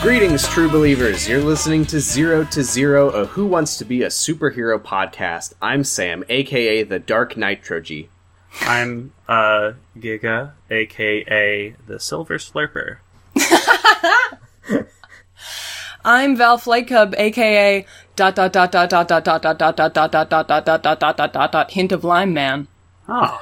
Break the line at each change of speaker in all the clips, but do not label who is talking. Greetings, true believers. You're listening to Zero to Zero, a Who Wants to Be a Superhero podcast. I'm Sam, aka the Dark Nitrogy.
I'm uh, Giga, aka the Silver Slurper.
I'm Val Flight Cub, aka dot dot dot dot dot dot dot dot dot dot dot dot dot dot dot dot dot dot dot dot hint of lime man.
Oh,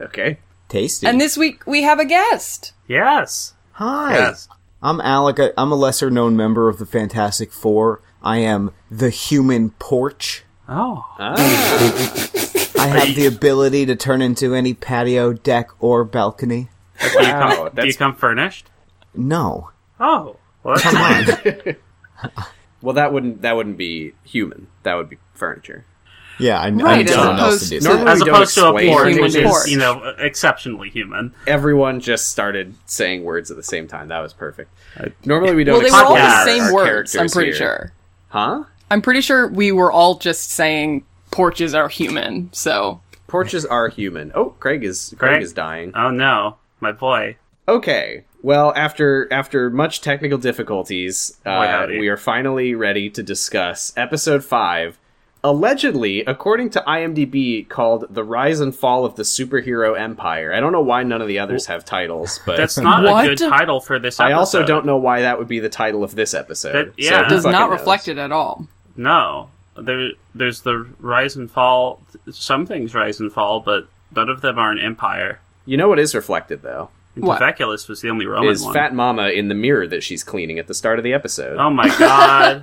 Okay.
Tasty.
And this week we have a guest.
yes.
Hi.
Yes.
I'm Alec. I- I'm a lesser known member of the Fantastic Four. I am the human porch.
Uh,
Oh,
I have the ability to turn into any patio, deck, or balcony.
do, you come,
Wow,
do you
that's-
come furnished?
No.
Oh, well, that's
Well, that wouldn't that wouldn't be human. That would be furniture.
Yeah, I, I
Right,
need
as
someone else to do
opposed
that.
Normally-
as
We don't
opposed to a
explain
porch, which
human
is
porch.
you know exceptionally human.
Everyone just started saying words at the same time. That was perfect. Normally we don't.
Well, they were all the
explain
same
our
words. I'm
characters
pretty
here.
sure.
Huh?
I'm pretty sure we were all just saying porches are human. So
Porches are human. Oh, Craig is Craig
Craig?
is dying.
Oh no, my boy.
Okay. Well, after after much technical difficulties, uh,
howdy.
we are finally ready to discuss episode five, allegedly, according to IMDb, called "The Rise and Fall of the Superhero Empire." I don't know why none of the others have titles, but
That's not
What?
a good title for this.
I
Episode.
also don't know why that would be the title of this episode.
That- yeah.
who
does
fucking
not
knows?
reflect it at all.
No, there, there's the rise and fall. Some things rise and fall, but none of them are an empire.
You know what is reflected though
And
What?
Tefeculus was the only Roman
is
one.
Fat Mama in the mirror that she's cleaning at the start of the episode.
Oh my god!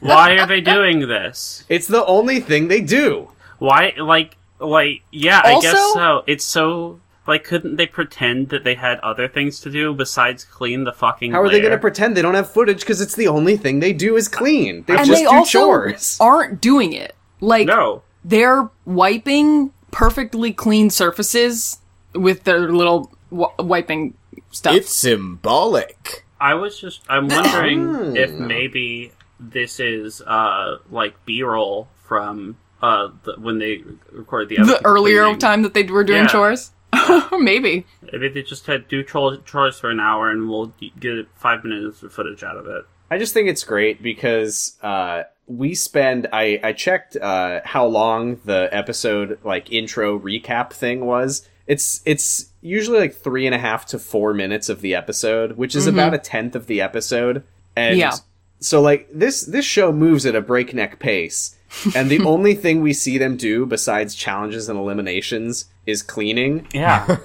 Why are they doing this?
It's the only thing they do.
Why, like, like, yeah,
Also-
I guess so. It's so like, couldn't they pretend that they had other things to do besides clean the fucking?
How are they
lair?
going to pretend they don't have footage? Because it's the only thing they do is clean. They
And
just
they
do
also
chores.
aren't doing it. Like
No,
they're wiping perfectly clean surfaces with their little w- wiping stuff.
It's symbolic.
I was just. I'm
Hmm.
wondering if maybe this is uh like B-roll from uh the, when they recorded the
the
episode
earlier
cleaning.
time that they were doing
Yeah.
chores. Maybe.
Maybe they just had do chores, chores for an hour, and we'll get five minutes of footage out of it.
I just think it's great because uh, we spend. I I checked uh, how long the episode like intro recap thing was. It's it's usually like three and a half to four minutes of the episode, which is about a tenth of the episode. And
Yeah.
so like this this show moves at a breakneck pace, and the only thing we see them do besides challenges and eliminations is cleaning.
Yeah,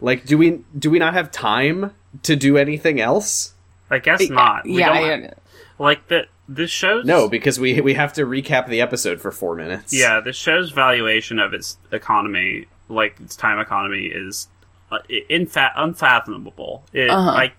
Like, do we do we not have time to do anything else?
I guess not. We
yeah.
don't-
I-
like the this shows
No, because we we have to recap the episode for four minutes.
yeah the show's valuation of its economy like its time economy is uh, infa- unfathomable it, i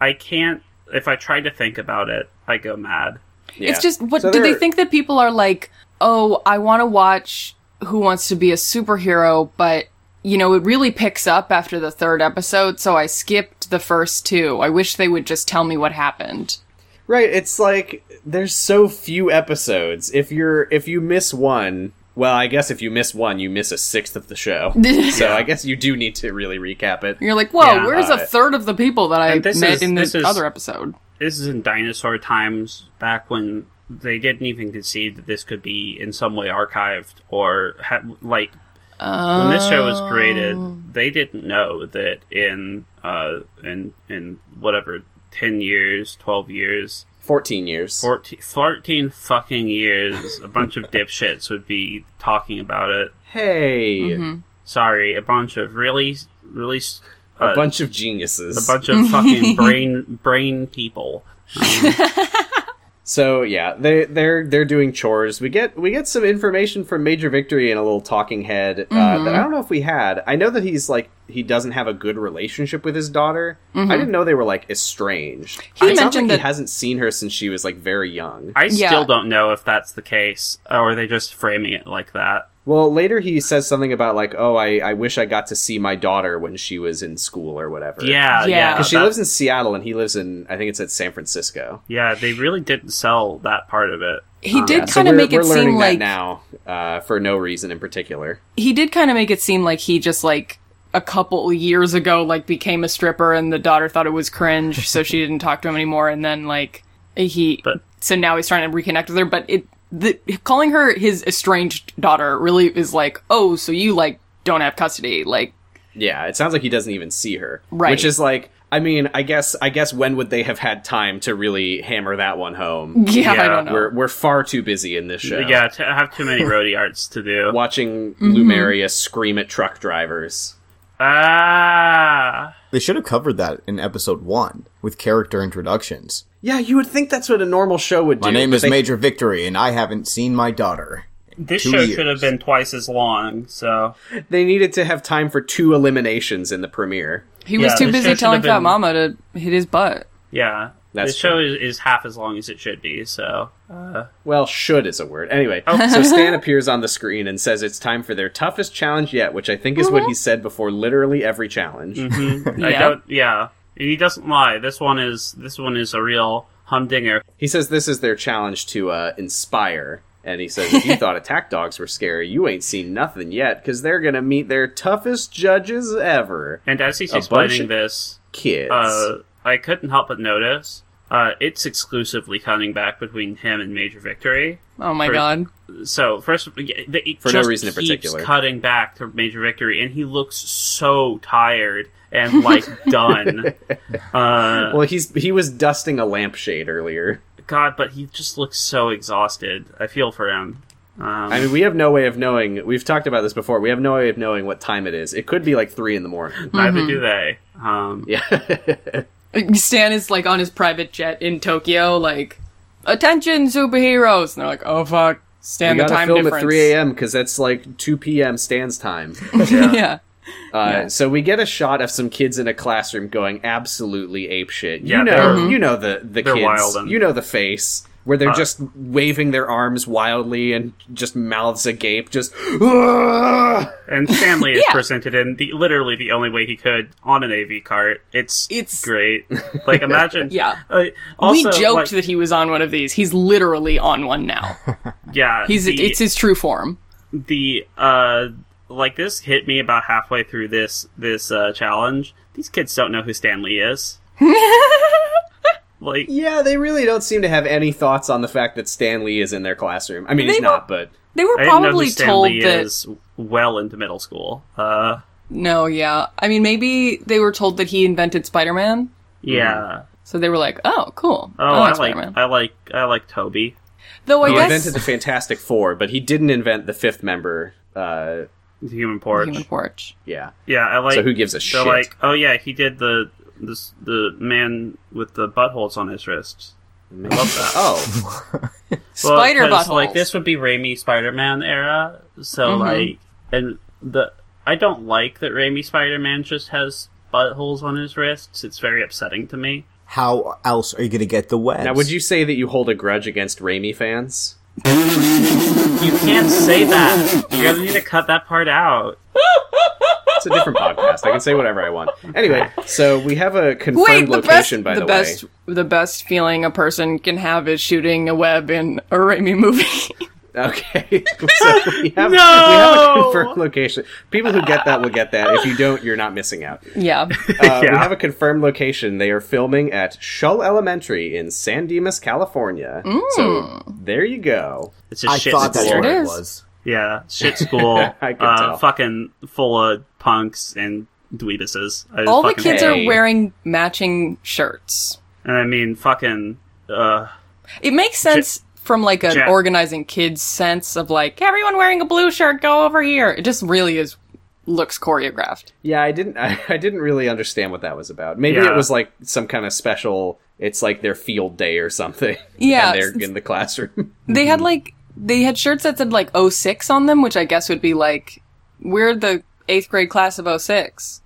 i can't if i try to think about it i go mad
Yeah.
It's just what
So
do they
they're-
think that people are like, "Oh, I want to watch Who Wants to Be a Superhero," but you know, it really picks up after the third episode, so I skipped the first two. I wish they would just tell me what happened.
right. It's like there's so few episodes. If you're if you miss one, well, I guess if you miss one, you miss a sixth of the show. so I guess you do need to really recap it.
You're like, "Whoa,
Yeah,
where's
uh,
a third of the people that I
and this
met
is-
in
this
this
is-
other episode?"
this is in dinosaur times back when they didn't even conceive that this could be in some way archived or ha- like when this show was created they didn't know that in uh in in whatever 10 years 12 years
Fourteen years.
14, 14 fucking years, a bunch of dipshits would be talking about it.
Hey,
Mm-hmm. Sorry, a bunch of really, really, s- uh,
a bunch of geniuses.
a bunch of fucking brain, brain people.
So yeah, they they're they're doing chores. We get we get some information from Major Victory and a little talking head
Mm-hmm.
uh, that I don't know if we had. I know that he's like he doesn't have a good relationship with his daughter. I didn't know they were like estranged.
Mm-hmm. He
It sounds
mentioned
like
that-
he hasn't seen her since she was like very young.
I
Yeah.
still don't know if that's the case, or are they just framing it like that?
Well, later he says something about like, oh, I I wish I got to see my daughter when she was in school or whatever.
Yeah,
Yeah.
yeah.
because she
that-
lives in Seattle and he lives in I think it's at San Francisco.
Yeah, they really didn't sell that part of it. Um,
He did
So
kind of
we're-
make
we're
it
learning
seem
that
like
now uh, for no reason in particular.
he did kind of make it seem like he just like a couple years ago like became a stripper and the daughter thought it was cringe, so she didn't talk to him anymore. And then like he,
But-
so now he's trying to reconnect with her. But it the, calling her his estranged daughter really is like, oh, so you like don't have custody? Like
Yeah, it sounds like he doesn't even see her.
Right.
Which is like, I mean, I guess, I guess, when would they have had time to really hammer that one home?
yeah, I
Yeah,
don't know.
We're we're far too busy in this show.
Yeah, t- I have too many roadie arts to do.
watching Lumeria scream at truck drivers.
Ah,
They should have covered that in episode one with character introductions.
Yeah, you would think that's what a normal show would do.
My name
but
is
they-
Major Victory, and I haven't seen my daughter.
this
Two
show
years.
should have been twice as long. So
They needed to have time for two eliminations in the premiere.
he was
yeah,
too
this show
busy
should
telling
have
Fat
been-
Mama to hit his butt.
yeah,
That's
this show is, is half as long as it should be. So
Well, should is a word. Anyway, so Stan appears on the screen and says it's time for their toughest challenge yet, which I think is what he said before literally every challenge.
I
Yeah.
don't. Yeah, And he doesn't lie. This one is this one is a real humdinger.
He says this is their challenge to uh, inspire. And he says, if you thought attack dogs were scary, you ain't seen nothing yet, because they're going to meet their toughest judges ever.
And as he's
A bunch
explaining
of-
this,
Kids.
uh, I couldn't help but notice uh, it's exclusively cutting back between him and Major Victory.
Oh my
For-
god.
So first, yeah, the- it
For no
just
reason in
keeps
particular.
cutting back to Major Victory, and he looks so tired and like done. Uh,
well, he's he was dusting a lampshade earlier.
God, but he just looks so exhausted. I feel for him. Um,
I mean, we have no way of knowing. We've talked about this before. We have no way of knowing what time it is. It could be like three in the morning.
neither do they. Um,
Yeah.
Stan is like on his private jet in Tokyo, like, attention, superheroes. And they're like, oh fuck,
We
Stan, the
gotta
time
film
difference.
at 3 a.m. because that's like 2 p.m. Stan's time.
yeah.
Uh, So we get a shot of some kids in a classroom going absolutely apeshit.
Yeah,
you know,
they're- Mhm.
you know the the
they're
kids,
wild and- Uh.
you know the face where they're just waving their arms wildly and just mouths agape, just. "Ugh!"
And Stanley is
Yeah.
presented in the literally the only way he could on an AV cart. It's
It's-
great. Like imagine.
Yeah.
Uh, also,
we joked
like,
that he was on one of these. He's literally on one now.
yeah.
He's
the,
it's his true form.
the uh like this hit me about halfway through this this uh, challenge. These kids don't know who Stanley is. like
yeah, they really don't seem to have any thoughts on the fact that Stan Lee is in their classroom. I mean, he's
They
not, but
They were
I didn't know who
probably told
Stanley
that Hmm.
is well into middle school. Uh,
no, yeah. I mean, maybe they were told that he invented Spider-Man,
yeah.
so they were like, "Oh, cool.
Oh, I
that's
like
Spider-Man."
I like I like Toby.
Though I
he
guess
invented the Fantastic Four, but he didn't invent the fifth member. Uh,
the Human Porch.
Human Porch.
yeah.
Yeah, I like.
So who gives a
They're
shit?
like, oh yeah, he did the this the man with the buttholes on his wrists. I love that.
oh,
Well,
Spider
'cause,
buttholes. Mm-hmm.
Like this would be Raimi Spider-Man era. So like, and the I don't like that Raimi Spider-Man just has buttholes on his wrists. It's very upsetting to me.
How else are you going to get the webs?
now would you say that you hold a grudge against Raimi fans?
You can't say that. You're gonna need to cut that part out.
It's a different podcast. I can say whatever I want. Anyway, so we have a confirmed
Wait, the best,
location, by
the,
the, way.
best, the best feeling a person can have is shooting a web in a Raimi movie.
Okay. so we have, we have a
No!
confirmed location. People who get that will get that. If you don't, you're not missing out. Uh,
yeah.
We
Yeah.
have a confirmed location. They are filming at Shull Elementary in San Dimas, California. So
Mm.
there you go.
It's just
I
shit
thought that's
school.
what
There it
it
is.
was.
Yeah, shit school.
I could
uh,
tell.
Fucking full of punks and dweebuses. I
All the
fucking
kids
hate.
are wearing matching shirts.
And I mean, fucking. Uh,
It makes sense from like an
Ja-
organizing kids sense of like everyone wearing a blue shirt, go over here. It just really is looks choreographed.
Yeah, I didn't. I, I didn't really understand what that was about. Maybe
Yeah.
it was like some kind of special. It's like their field day or something.
Yeah,
and
it's-
they're in the classroom.
They
Mm-hmm.
had like they had shirts that said like 06 on them, which I guess would be like we're the eighth grade class of 06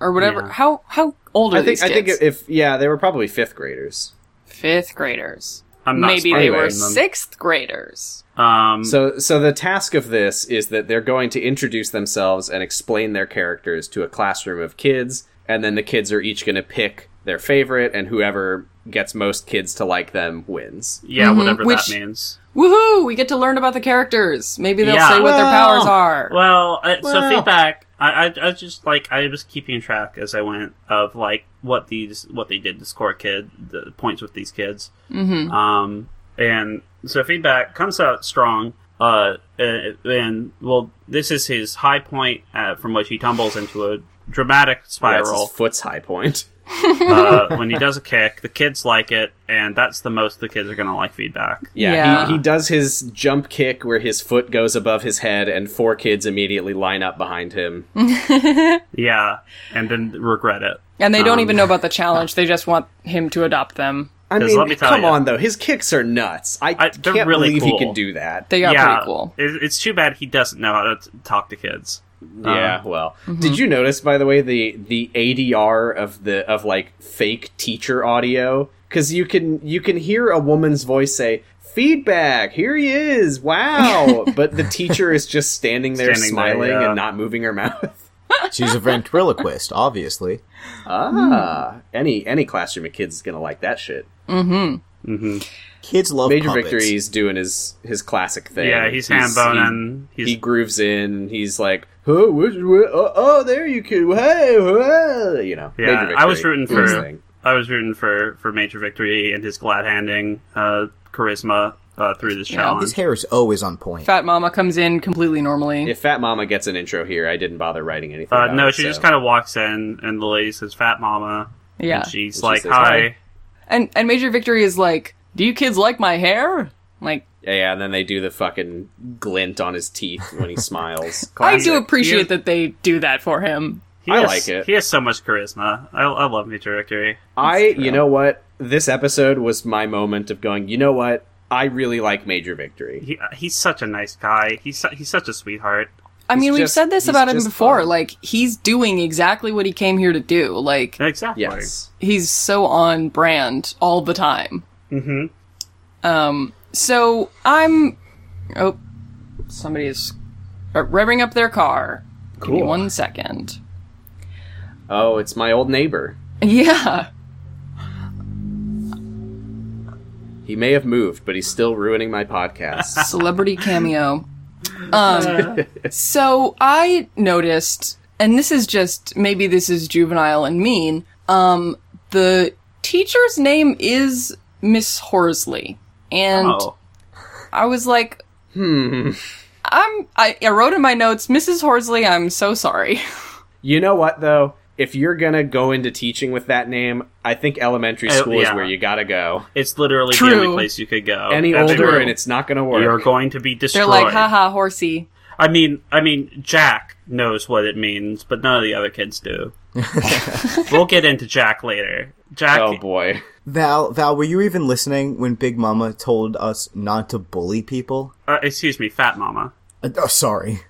or whatever.
Yeah.
How how old are
I think.
these
I
kids?
think if yeah, they were probably fifth graders.
Fifth graders.
I'm not
Maybe they
smarter
were
than them.
sixth graders.
Um,
So, so the task of this is that they're going to introduce themselves and explain their characters to a classroom of kids, and then the kids are each going to pick their favorite, and whoever gets most kids to like them wins.
yeah, whatever
Mm-hmm, which-
that means.
Woohoo! We get to learn about the characters. Maybe they'll
Yeah.
say what their
Well-
powers are.
Well, uh, so
Well-
feedback. I, I, I just like I was keeping track as I went of like what these what they did to score kid the points with these kids.
Mm-hmm.
Um, and so feedback comes out strong. Uh, and, and well, this is his high point uh, from which he tumbles into a dramatic
That's his
spiral.
foot's high point.
uh, when he does a kick, the kids like it, and that's the most the kids are gonna like feedback.
Yeah,
Yeah.
He, he does his jump kick where his foot goes above his head, and four kids immediately line up behind him.
Hmm.
Yeah, and then regret it.
And they don't
Um,
even know about the challenge. They just want him to adopt them.
I
'Cause
mean,
let me tell
come
ya.
on though, his kicks are nuts. I,
I- they're
can't
really
believe
cool.
he can do that.
They got
yeah,
pretty cool.
it- it's too bad he doesn't know how to t- talk to kids. Um,
yeah, Uh, well,
Mm-hmm.
did you notice by the way the the ADR of the of like fake teacher audio? Because you can you can hear a woman's voice say feedback. Here he is. Wow, but the teacher is just standing there
Standing there,
smiling
yeah.
and not moving her mouth.
She's a ventriloquist, obviously. Hmm.
Ah, any any classroom of kids is gonna like that shit.
Kids love
Major
puppets.
Victory's doing his his classic thing.
Yeah, he's, hand boning.
He,
He's,
he grooves in. He's like, oh, which- wh- oh, oh, there you can, hey, hey," you know.
Yeah,
Major
I was
Victory
rooting
doing his
for-
thing.
I was rooting for for Major Victory and his glad handing uh, charisma uh, through this
His
challenge.
hair is always on point.
Fat Mama comes in completely normally.
If Fat Mama gets an intro here, I didn't bother writing anything.
Uh,
about
no,
it,
she
so-
just kind of walks in, and the lady says, "Fat Mama."
yeah.
and she's
And she
like,
says,
"Hi."
And and Major Victory is like, "Do you kids like my hair?" I'm Like,
yeah, yeah, and then they do the fucking glint on his teeth when he smiles.
I do
Classic.
appreciate
You-
that they do that for him.
He
I
has-
like it.
He has so much charisma. I, I love Major Victory.
I, you know what? This episode was my moment of going. You know what? I really like Major Victory.
He, he's such a nice guy. He's su- he's such a sweetheart.
I mean, we've
just-
said this
he's
about him
just
before.
fun.
Like, he's doing exactly what he came here to do. Like,
Exactly.
yes.
he's so on brand all the time.
Mm-hmm.
Mhm.
Um. So I'm. Oh, somebody is uh, revving up their car. Give me
Cool.
one second.
Oh, it's my old neighbor.
Yeah.
He may have moved, but he's still ruining my podcast.
celebrity cameo. Um, so I noticed, and this is just maybe this is juvenile and mean. Um, the teacher's name is Miss Horsley, and
Oh,
I was like, hmm. I'm. I, I wrote in my notes, Mrs. Horsley. I'm so sorry.
You know what though? If you're gonna go into teaching with that name, I think elementary
Oh,
school is
yeah.
where you gotta go.
it's literally
True.
the only place you could go.
Any
That's
older,
true.
and it's not gonna
you're
work. Oh,
going to be
They're
destroyed.
like, haha, horsey.
I mean, I mean, Jack knows what it means, but none of the other kids do. we'll get into Jack later. Jack,
Oh boy.
Val, Val, were you even listening when Big Mama told us not to bully people?
uh, excuse me, Fat Mama.
Uh, oh, sorry.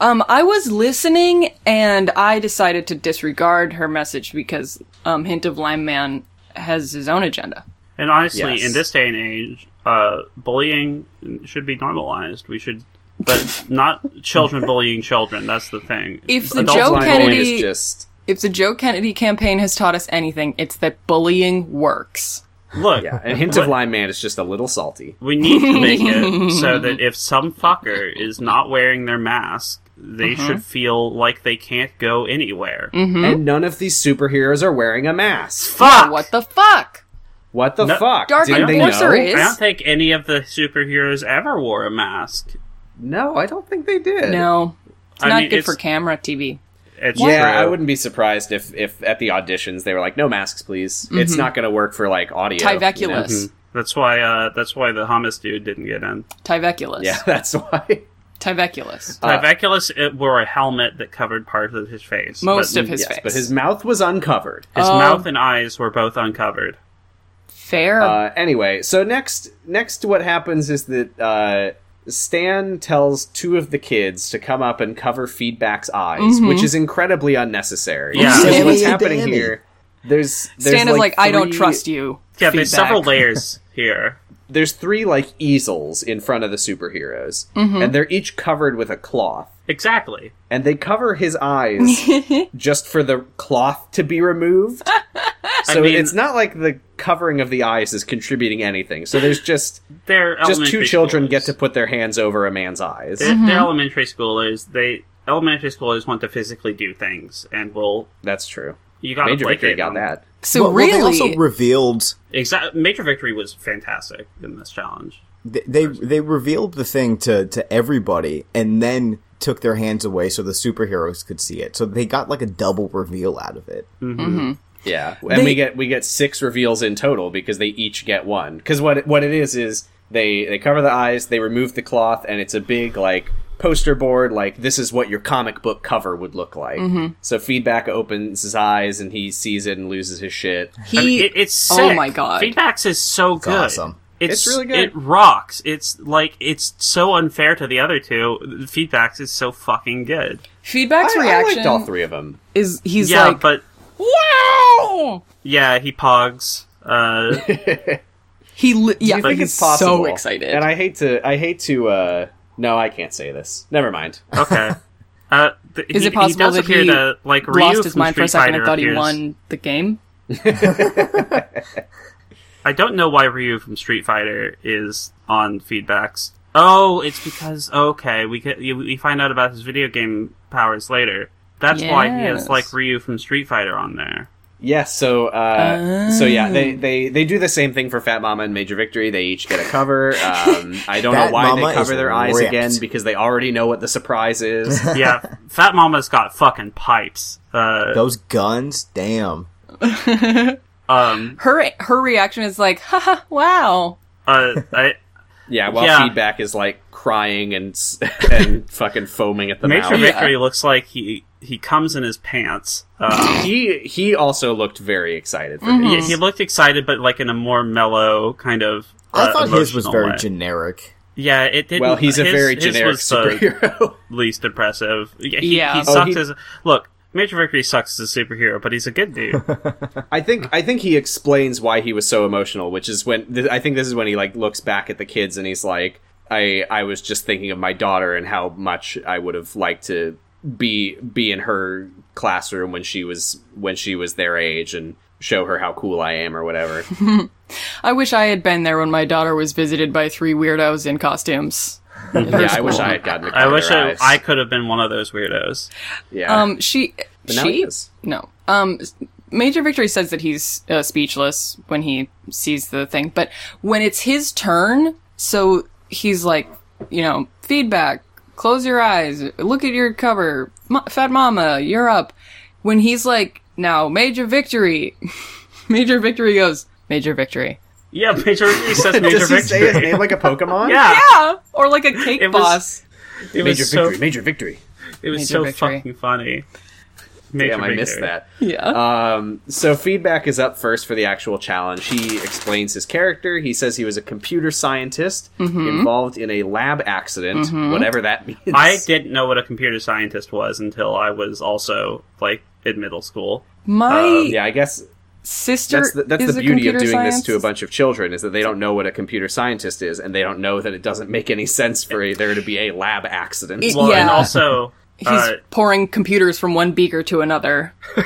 Um, I was listening and I decided to disregard her message because um, Hint of Lime Man has his own agenda.
And honestly,
Yes.
in this day and age, uh, bullying should be normalized. We should, but not children bullying children. That's the thing.
If the
Adults
Joe
bullying-
Line
Kennedy-
is just
If the Joe Kennedy campaign has taught us anything, it's that bullying works.
look,
yeah, and hint of lime man is just a little salty.
we need to make it so that if some fucker is not wearing their mask, they
Mm-hmm.
should feel like they can't go anywhere.
Mm-hmm.
And none of these superheroes are wearing a mask.
Fuck.
What the fuck?
What the
No-
fuck?
Dark
Didn't they
Enforcer
know?
is-
I don't think any of the superheroes ever wore a mask.
No, I don't think they did.
No. It's
I
not
mean,
good
it's-
for camera TV.
It's
Yeah,
true.
I wouldn't be surprised if, if at the auditions they were like, "No masks, please."
Mm-hmm.
It's not going to work for like audio. you know?
Tyveculus.
Mm-hmm.
That's why. Uh, that's why the hummus dude didn't get in.
Tyveculus.
Yeah, that's why.
Tyveculus.
Uh,
Tyveculus it wore a helmet that covered part of his face.
Most
but
of his
yes,
face.
but his Um, mouth was uncovered.
his
Oh.
mouth and eyes were both uncovered.
Fair.
Uh, anyway, so next, next, what happens is that uh, Stan tells two of the kids to come up and cover Feedback's eyes, which
Mm-hmm.
is incredibly unnecessary.
Yeah.
Because what's
Silly
happening
Danny.
here? There's, there's
Stan is like, I don't
three-
trust you.
Yeah, there's
Feedback.
several layers here.
There's three like easels in front of the superheroes,
Mm-hmm.
and they're each covered with a cloth.
Exactly.
And they cover his eyes just for the cloth to be removed. So
mean-
it's not like the covering of the eyes is contributing anything. So there's just
They're
just
elementary
two children
schoolers.
get to put their hands over a man's eyes.
They're, they're elementary schoolers. They elementary schoolers want to physically do things, and will
That's true.
you got
Major Victory got that.
So
Well, well,
really,
they also revealed
Exactly. Major Victory was fantastic in this challenge.
they they, they revealed the thing to to everybody, and then took their hands away so the superheroes could see it. So they got like a double reveal out of it.
Yeah, and
They-
we get we get six reveals in total because they each get one. Because what it- what it is is they they cover the eyes, they remove the cloth, and it's a big like poster board like this is what your comic book cover would look like.
Mm-hmm.
So feedback opens his eyes and he sees it and loses his shit.
he
I mean, it, it's sick.
Oh my God.
Feedbacks is so good.
awesome.
It's really good.
It rocks. It's like it's so unfair to the other two. Feedbacks is so fucking good.
I,
feedback's
I
reaction
liked all three of them.
is he's
yeah,
like
but
wow.
yeah, he pogs. Uh,
He li- yeah,
I think
he's
it's possible.
so excited.
and I hate to I hate to. uh No, I can't say this. Never mind.
okay. Uh, th-
Is
he,
it possible
he does
that
appear
he
to, like, Ryu
lost his
from
mind for a
Street
second
Fighter
and thought he
appears-
won the game.
I don't know why Ryu from Street Fighter is on feedbacks. Oh, it's because okay, we get, you- we find out about his video game powers later. That's why he has
Yes.
like Ryu from Street Fighter on there.
Yeah, so uh, so yeah,
Oh.
they, they they do the same thing for Fat Mama and Major Victory. They each get a cover. Um, I don't know
Fat
why
Mama
they cover
is
their eyes
ripped.
again because they already know what the surprise is.
Yeah, Fat Mama's got fucking pipes. Uh,
Those guns, damn.
um,
Her her reaction is like, haha, wow.
uh, I,
yeah, while
Yeah.
feedback is like crying and s- and fucking foaming at the
Major
mouth.
Victory looks like he he comes in his pants. Um,
He he also looked very excited. For
yeah,
Mm-hmm.
these.
he looked excited, but like in a more mellow kind of.
I
uh,
thought his was
emotional
very
way.
generic.
Yeah, it did.
Well, he's a very generic
his was the-
superhero.
least impressive. Yeah, he,
Yeah.
he
Oh,
sucks
he-
as look. Major Victory sucks as a superhero, but he's a good dude.
I think I think he explains why he was so emotional, which is when th- I think this is when he like looks back at the kids and he's like, I I was just thinking of my daughter and how much I would have liked to be be in her classroom when she was when she was their age and show her how cool I am or whatever.
I wish I had been there when my daughter was visited by three weirdos in costumes. at her
yeah, I wish
school.
I had gotten. A
I wish I,
eyes.
I could have been one of those weirdos.
yeah.
Um, she
Ah. But now he
she
is.
no. Um, Major Victory says that he's uh, speechless when he sees the thing, but when it's his turn, so he's like, you know, feedback. Close your eyes. Look at your cover. Ma- Fat Mama, you're up. When he's like, now Major Victory, Major Victory goes, Major Victory.
Yeah, Major Victory says Major
Does he
Victory.
say his name like a Pokemon?
Yeah,
Yeah, or like a cake
It was-
boss.
it was
Major
so
victory. Major victory.
it was
Major
so
Victory.
fucking funny. Major
Damn, I missed
Victory.
that.
Yeah.
Um, so feedback is up first for the actual challenge. He explains his character. He says he was a computer scientist
Mm-hmm.
involved in a lab accident, whatever that means.
I didn't know what a computer scientist was until I was also like in middle school.
My
um, yeah, I guess
sister
that's the, that's
is
the
a
beauty of
computer
doing
science.
this to a bunch of children is that they don't know what a computer scientist is, and they don't know that it doesn't make any sense for a, there to be a lab accident.
It-
Well, and
Yeah.
also
He's
uh,
pouring computers from one beaker to another.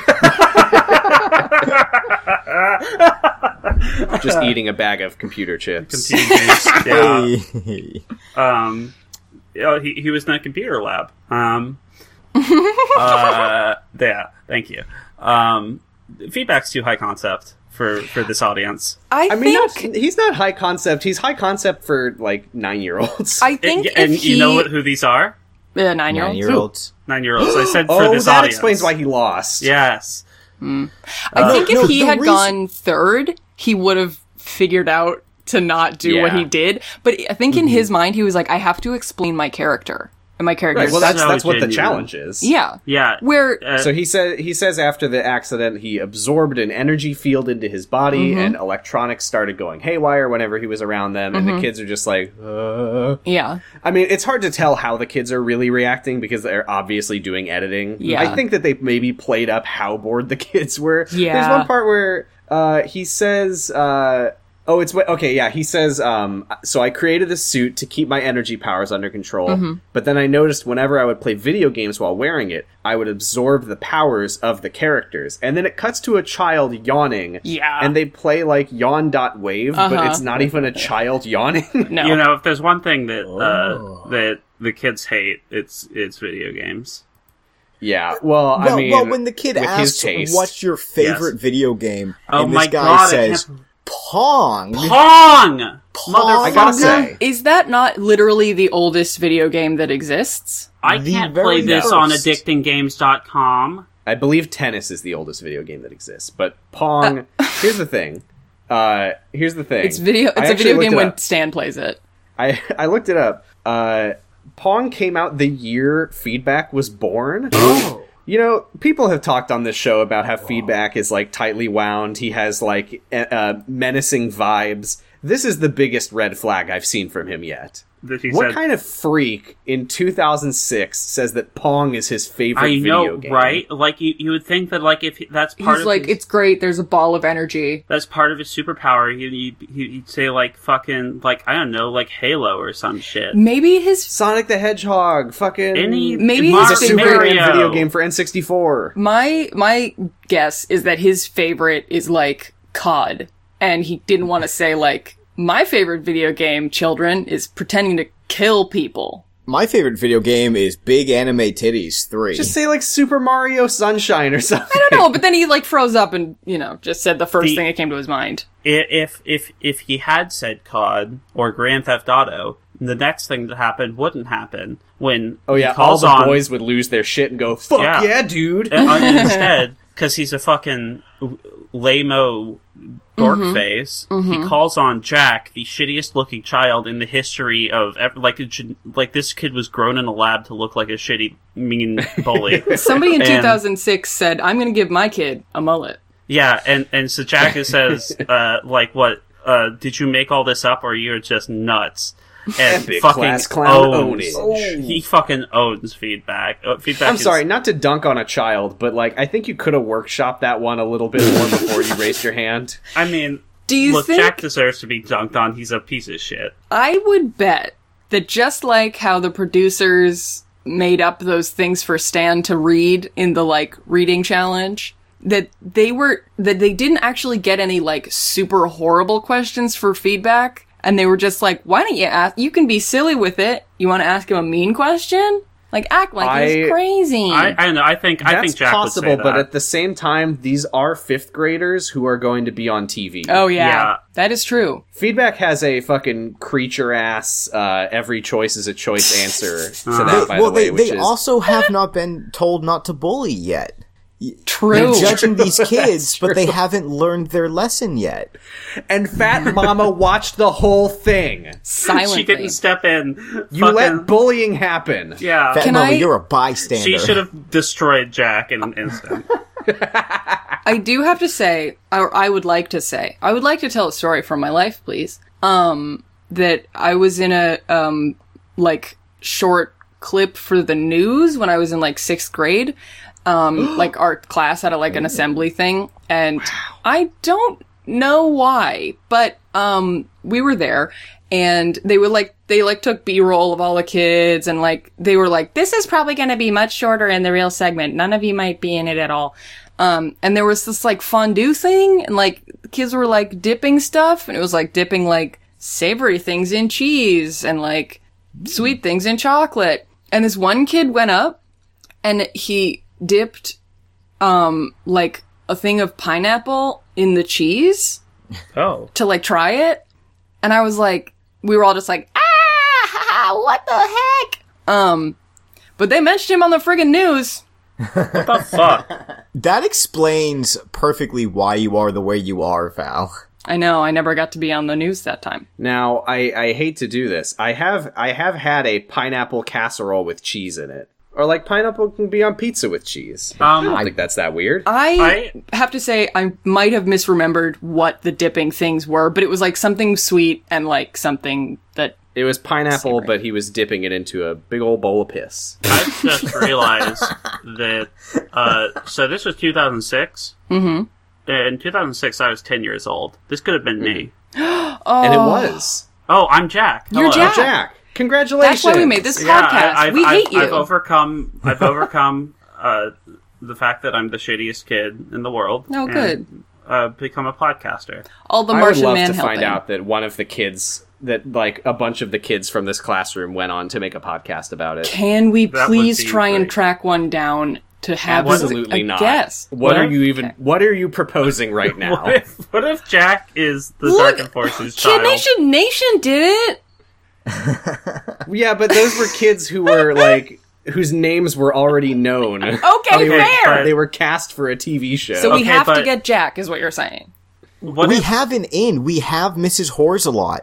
Just eating a bag of computer chips.
confused. yeah.
Hey.
um, oh, he, he was in a computer lab. Um, uh, yeah, thank you. Um, feedback's too high concept for, for this audience.
I,
I mean,
think
not, he's not high concept. He's high concept for like nine year olds.
I
It-
think
yeah, and
if he
you know what, who these are?
uh, nine year
Nine
old.
year olds.
Nine year olds. I said for
Oh,
this
that
audience.
explains why he lost.
Yes.
I think
no,
if he
the
had
reason-
gone third, he would have figured out to not do what
Yeah. Mm-hmm.
he did. But I think in his mind, he was like, "I have to explain my character and my character."
Right, well, that's
So
that's what the
genuine.
challenge is.
yeah,
Yeah.
Where
Uh,
So he says he says after the accident he absorbed an energy field into his body and electronics started going haywire whenever he was around them and the kids are just like uh.
yeah,
I mean it's hard to tell how the kids are really reacting because they're obviously doing editing.
Yeah.
I think that they maybe played up how bored the kids were. There's
Yeah.
one part where uh, he says uh, oh it's wh- okay yeah he says um, so I created this suit to keep my energy powers under control
Mm-hmm.
but then I noticed whenever I would play video games while wearing it I would absorb the powers of the characters and then it cuts to a child yawning
Yeah.
and they play like yawn dot wave but
Uh-huh.
it's not even a child yawning
no,
you know, if there's one thing that uh, that the kids hate, it's it's video games.
Yeah. Well, I
well,
mean,
well, when the kid
with his
asks,
taste.
"What's your favorite video game?"
Oh
and
my
this guy
God, I
says,
can't-
"Pong."
Pong!
Pong.
I gotta
Motherfucker!
say,
Is that not literally the oldest video game that exists?
I
The
can't
very
play this on
first.
addictinggames.com.
I believe tennis is the oldest video game that exists, but Pong. here's the thing. Uh, here's the thing.
It's video.
I
It's a
actually
video
looked
game
it
when
up.
Stan plays it.
I I looked it up. Uh, Pong came out the year Feedback was born. You know, people have talked on this show about how Feedback is like tightly wound. He has like e- uh, menacing vibes. This is the biggest red flag I've seen from him yet.
That he
what
said,
kind of freak in 2006 says that Pong is his favorite
I
video
know,
game?
right? Like you, you would think that like if he- that's part
He's
of
like,
his,
it's great. There's a ball of energy.
that's part of his superpower. He, he he'd say like fucking like I don't know like Halo or some shit.
Maybe his
Sonic the Hedgehog, fucking
Any
Maybe
Mario,
he's
It's a Super
favorite-
Nintendo video game for N64.
my my guess is that his favorite is like COD, and he didn't want to say like my favorite video game, children, is pretending to kill people.
My favorite video game is Big Anime Titties Three.
Just say like Super Mario Sunshine or something.
I don't know, but then he like froze up and you know just said the first
The-
thing that came to his mind.
I- if if if he had said COD or Grand Theft Auto, the next thing that happened wouldn't happen when
Oh yeah,
he calls
all the
on
boys would lose their shit and go, "Fuck
Yeah.
yeah, dude."
uh, instead because he's a fucking lameo dork face. He calls on Jack, the shittiest looking child in the history of ev- like a gen- like this kid was grown in a lab to look like a shitty mean bully.
Somebody in
And-
2006 said, "I'm going to give my kid a mullet."
Yeah, and and so Jack is says, uh, like, what? Uh, did you make all this up, or you're just nuts? And
Epic
fucking
class clown
owns.
ownage.
He fucking owns feedback. Uh, feedback.
I'm
is-
sorry, not to dunk on a child, but like I think you could have workshopped that one a little bit more before you raised your hand.
I mean,
Do you
look,
think
Jack deserves to be dunked on. He's a piece of shit.
I would bet that just like how the producers made up those things for Stan to read in the like reading challenge, that they were that they didn't actually get any like super horrible questions for feedback, and they were just like, "Why don't you ask? You can be silly with it. You want to ask him a mean question? Like act like
I-
he's crazy."
I, I don't know. I think I
That's
think Jack
possible,
would say that.
but at the same time, these are fifth graders who are going to be on TV.
oh yeah,
Yeah.
that is true.
Feedback has a fucking creature ass. Uh, every choice is a choice answer to
They-
that. Ah, By
well,
the way,
they,
which
they
is
also have not been told not to bully yet.
True.
They're judging these kids, but they haven't learned their lesson yet.
and Fat Mama watched the whole thing.
she
Silently.
didn't step in.
You
Fucking-
let bullying happen.
yeah.
Fat
Can
Mama,
I-
you're a bystander.
she should have destroyed Jack in an instant.
I do have to say, or I would like to say, I would like to tell a story from my life, please. Um, that I was in a, um, like short clip for the news when I was in like sixth grade, um, like art class at a, like an assembly thing. And I don't know why, but, um, we were there and they were like, they like took B-roll of all the kids and like, they were like, this is probably going to be much shorter in the real segment. None of you might be in it at all. Um, and there was this like fondue thing and like kids were like dipping stuff and it was like dipping like savory things in cheese and like sweet things in chocolate. And this one kid went up and he dipped, um, like a thing of pineapple in the cheese
Oh,
to like try it. And I was like, we were all just like, ah, what the heck? Um, but they mentioned him on the friggin' news.
what the fuck?
That explains perfectly why you are the way you are, Val.
I know. I never got to be on the news that time.
Now, I, I hate to do this. I have I have had a pineapple casserole with cheese in it, or like pineapple can be on pizza with cheese. I
Um,
don't think that's that weird.
Uh, I,
I-
have to say I might have misremembered what the dipping things were, but it was like something sweet and like something that
It was pineapple, but he was dipping it into a big old bowl of piss.
I just realized that. Uh, so this was 2006. Mm-hmm. In 2006, I was 10 years old. This could have been me.
oh,
And it was
Oh, I'm Jack.
You're
Hello.
Jack.
Jack. Congratulations!
That's why we made this podcast.
I, I've-
we
I've-
hate you.
I've overcome. I've overcome uh, the fact that I'm the shittiest kid in the world.
No,
and,
Oh, good.
Uh, become a podcaster.
All the
I would
Martian
love
man
to
helping.
find out that one of the kids that like a bunch of the kids from this classroom went on to make a podcast about it.
Can we
That would
please
be
try and
great.
track one down to have as a-
Absolutely
a
not.
guest.
What
Well,
are you even?
okay.
What are you proposing right now?
What if, what if Jack is the
Look,
Dark Forces
Kid
child?
Nation Nation did it.
yeah, but those were kids who were like whose names were already known.
Okay,
Okay,
fair.
but-
They were cast for a TV show.
so we
Okay,
have to
but-
get Jack, is what you're saying.
What
we
if,
have an inn. We have Mrs. Horzelot.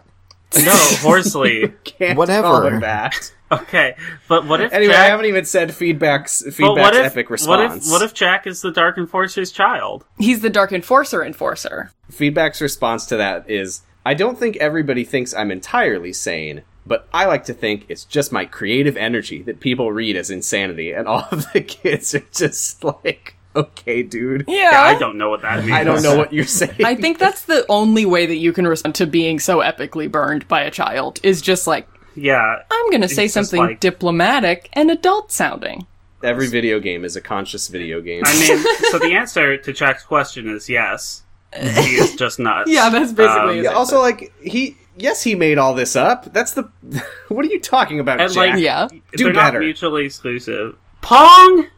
no, Horsley.
can't
Whatever.
call her that.
Okay, but what if
Anyway,
Jack?
I haven't even said feedback's
but
feedback's
what if,
epic
what
response.
if what if Jack is the Dark Enforcer's child?
He's the Dark Enforcer Enforcer.
feedback's response to that is I don't think everybody thinks I'm entirely sane, but I like to think it's just my creative energy that people read as insanity, and all of the kids are just like, okay, dude.
Yeah.
Yeah, I don't know what that means.
I don't know what you're saying.
I think that's the only way that you can respond to being so epically burned by a child is just like,
Yeah,
I'm going to say
It's just
something
like-
diplomatic and adult sounding.
Every video game is a conscious video game.
I mean, so the answer to Jack's question is yes. He is just nuts. Um,
Yeah, that's basically
Yeah, also, like, he. Yes, he made all this up. That's the. what are you talking about,
And,
Jack?
like-
Yeah.
Do
they're
better.
not mutually exclusive. Pong.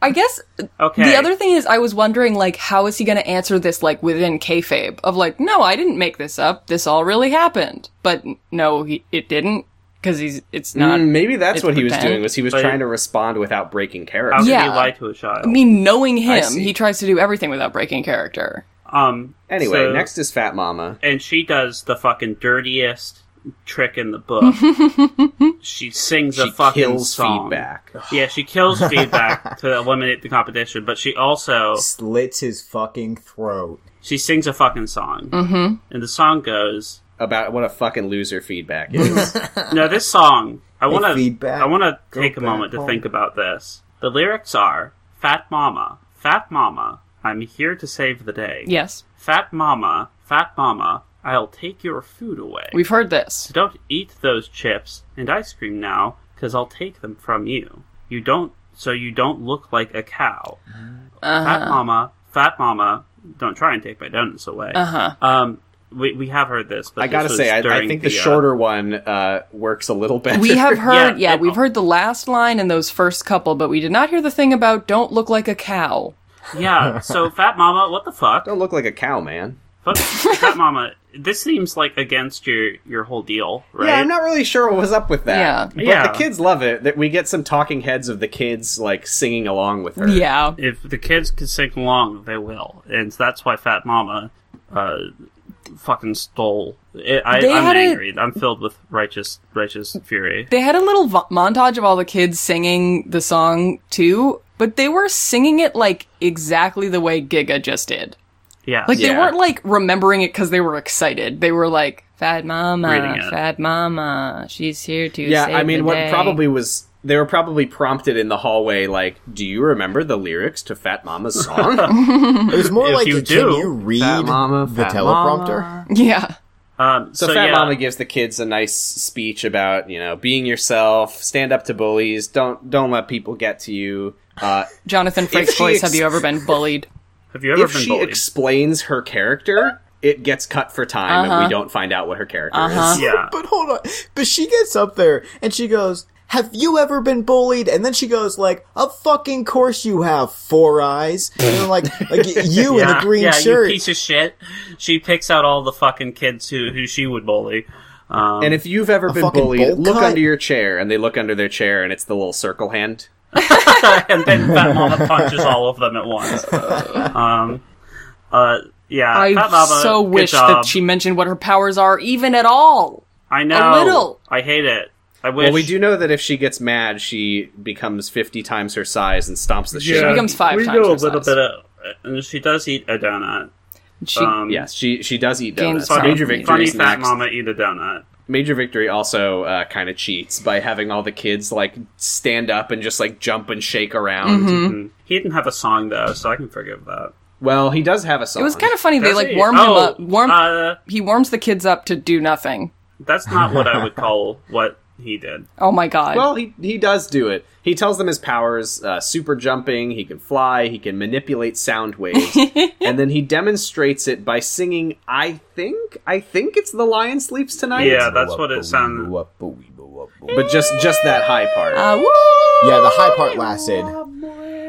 I guess
Okay.
the other thing is I was wondering, like, how is he going to answer this, like, within kayfabe of like, no, I didn't make this up. This all really happened. But no, he, it didn't because he's, it's not.
Mm, maybe that's
it's
what he was
pretend.
doing. Was he was
But-
trying to respond without breaking
How
character?
can
Yeah.
you lie to a child?
I mean, knowing him,
see.
he tries to do everything without breaking character.
um.
Anyway,
so-
next is Fat Mama.
and she does the fucking dirtiest trick in the book. she sings
She
a fucking
kills
song.
feedback.
Yeah, she kills feedback to eliminate the competition, but she also
Slits his fucking throat.
she sings a fucking song. Mm-hmm. And the song goes,
about what a fucking loser feedback is.
"No, this song. I want to.
Feedback,
I want to
go
take a
back
moment to
home.
think about this. The lyrics are, "Fat mama, fat mama, I'm here to save the day.
Yes.
Fat mama, fat mama, I'll take your food away."
We've heard this.
So don't eat those chips and ice cream now, because I'll take them from you. You don't, so you don't look like a cow. Fat mama, fat mama, don't try and take my donuts away. Uh huh. Um, we, we have heard this, but
I gotta
this was
say, I, I
during
think the,
uh,
shorter one uh, works a little better.
We have heard, yeah,
Yeah,
we've heard the last line and those first couple, but we did not hear the thing about don't look like a cow.
yeah. So fat mama, what the fuck?
don't look like a cow, man.
Fuck, fat mama, this seems like against your your whole deal, right?
Yeah, I'm not really sure what was up with that.
Yeah.
but
Yeah.
the kids love it. That we get some talking heads of the kids like singing along with her.
Yeah.
if the kids can sing along, they will, and that's why Fat Mama, uh, fucking stole. I,
They
I'm
had a-
angry. i I'm filled with righteous, righteous fury.
They had a little vo- montage of all the kids singing the song too, but they were singing it like exactly the way Giga just did.
Yeah,
Like they
Yeah.
weren't like remembering it because they were excited. They were like, "Fat
Reading
mama,
it.
fat mama, she's here to
yeah.
save
I mean,
the
what
day."
probably was they were probably prompted in the hallway, like, "Do you remember the lyrics to Fat Mama's song?"
It was more
If
like,
you
the- can
do,
you read
Fat Mama,
the
Fat
teleprompter?
yeah,
um,
so,
so,
Fat
yeah,
Mama gives the kids a nice speech about you know being yourself, stand up to bullies, don't don't let people get to you. Uh,
Jonathan Frakes'
she
voice.
ex-
Have you ever been bullied?
have you ever
if
been
she
bullied?
explains her character, it gets cut for time,
Uh-huh.
and we don't find out what her character is.
yeah,
But hold on. But she gets up there and she goes, "Have you ever been bullied?" And then she goes like, "A fucking course you have, four eyes." And then like, like y- you in
yeah,
the green
yeah,
shirt.
you piece of shit. She picks out all the fucking kids who who she would bully. Um,
And if you've ever been
fucking
bullied,
bowl
look
cut?
under your chair, and they look under their chair, and it's the little circle hand.
and then Fat Mama punches all of them at once. Um, uh, yeah,
I
Fat Mama,
so
good
wish
job.
that she mentioned what her powers are even at all.
I know.
little.
I hate it. I wish.
Well, we do know that if she gets mad, she becomes fifty times her size and stomps the shit.
She
out-
becomes five
we
times
do a
her
little
size.
bit of. And she does eat a donut.
She
Um,
Yes, she she does eat donuts.
Gains some
Major
weight.
victory
Funny
is
fat
next.
mama eat a donut.
Major victory also uh, kind of cheats by having all the kids like stand up and just like jump and shake around.
Mm-hmm.
Mm. He didn't have a song though, so I can forgive that.
Well, he does have a song.
It was kind of funny. They
Does
like
he?
warmed him
Oh,
up. Warm.
Uh,
he warms the kids up to do nothing.
that's not what I would call what he did.
Oh my god.
Well, he he does do it. He tells them his powers: uh, super jumping, he can fly, he can manipulate sound waves, and then he demonstrates it by singing. I think I think it's the lion sleeps tonight.
Yeah, that's what it sounds.
but just just that high part.
Uh, woo!
Yeah, the high part lasted.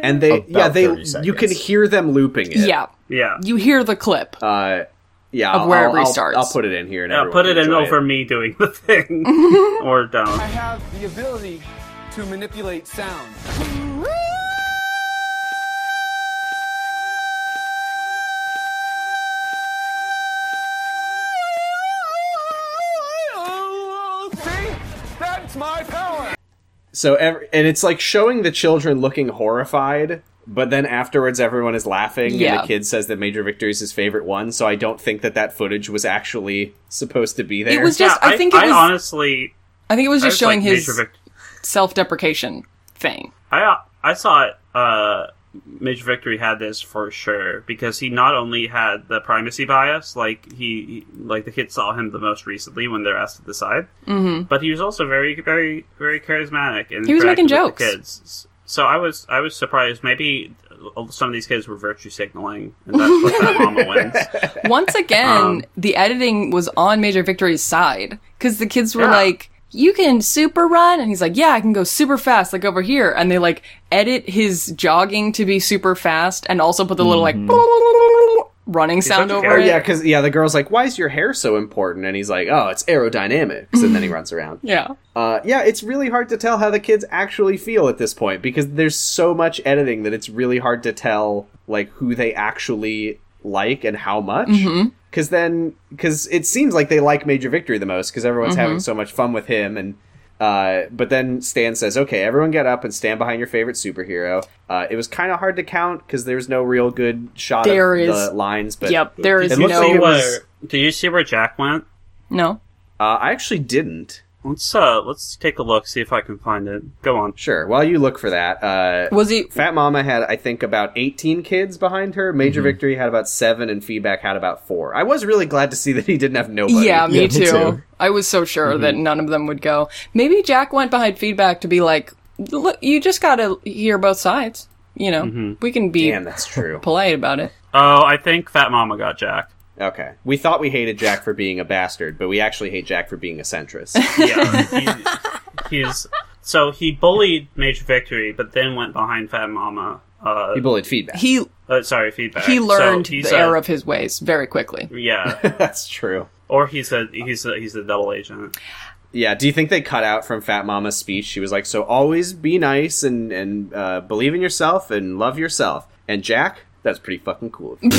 and they
about
yeah they
30
you can
seconds.
hear them looping it.
Yeah.
Yeah.
You hear the clip.
Uh, yeah,
Of
I'll-
where it
I'll- I'll-
restarts.
I'll, put it in here. And
Yeah,
everyone
put
can
it in
enjoy
over me doing the thing. or don't.
I have the ability to manipulate sound. See? That's my power!
So every, and it's like showing the children looking horrified, but then afterwards everyone is laughing,
Yeah.
and the kid says that Major Victory is his favorite one. So I don't think that that footage was actually supposed to be there.
It was just.
Yeah,
I think it was. I,
honestly
think it was
I
just
was
showing
like,
his
Major Vic-
self-deprecation thing.
I I saw it. Uh, Major Victory had this for sure because he not only had the primacy bias, like he, he like the kids saw him the most recently when they're asked to decide, mm-hmm. but he was also very, very, very charismatic and
He was
interacted
making
with the
jokes.
kids. So I was, I was surprised. Maybe uh, some of these kids were virtue signaling, and that's what that mama wins.
Once again,
Um,
the editing was on Major Victory's side because the kids were
Yeah.
like, "You can super run," and he's like, "Yeah, I can go super fast, like over here." And they like edit his jogging to be super fast, and also put the little like running sound
such a
over
Or
character.
it.
yeah, because yeah, the girl's like, "Why is your hair so important?" And he's like, "Oh, it's aerodynamics." And then he runs around.
Yeah.
Uh, yeah, it's really hard to tell how the kids actually feel at this point because there's so much editing that it's really hard to tell like who they actually like and how much.
Mm-hmm.
Because then, because it seems like they like Major Victory the most because everyone's
Mm-hmm.
having so much fun with him and. Uh, but then Stan says, "Okay, everyone, get up and stand behind your favorite superhero." Uh, it was kind of hard to count because there's no real good shot
There
of
is-
the lines. But uh,
Yep. There
Did
is
you
looks like
see
it
no.
was-
where? Did you see where Jack went?
No.
uh, I actually didn't.
Let's uh, let's take a look, see if I can find it. Go on.
Sure. While you look for that, uh,
Was he?
Fat Mama had, I think, about 18 kids behind her. Major Victory had about seven, and Feedback had about four. I was really glad to see that he didn't have nobody.
Yeah, me,
Yeah, me
too.
too.
I was so sure that none of them would go. Maybe Jack went behind feedback to be like, "Look, you just gotta hear both sides. You know, we can be
Damn, that's true.
polite about it."
Oh, I think Fat Mama got Jack.
Okay. We thought we hated Jack for being a bastard, but we actually hate Jack for being a centrist.
Yeah, he, he's so he bullied Major Victory, but then went behind Fat Mama. Uh,
he bullied Feedback.
He
uh, sorry, feedback.
he
So
learned
he's
the
a-
error of his ways very quickly.
Yeah,
that's true.
or he's a he's a he's a double agent.
Yeah, do you think they cut out from Fat Mama's speech? She was like, so always be nice and, and uh, believe in yourself and love yourself. And Jack? That's pretty fucking cool. of you.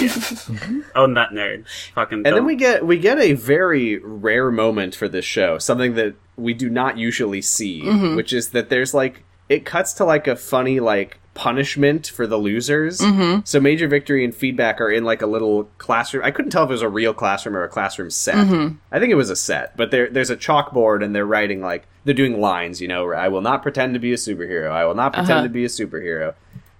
Own Oh, that nerd. Fucking.
And then we get we get a very rare moment for this show, something that we do not usually see, which is that there's like it cuts to like a funny like punishment for the losers. So major victory and feedback are in like a little classroom. I couldn't tell if it was a real classroom or a classroom set. I think it was a set, but there there's a chalkboard and they're writing like they're doing lines, you know, where I will not pretend to be a superhero. I will not pretend
Uh-huh.
to be a superhero.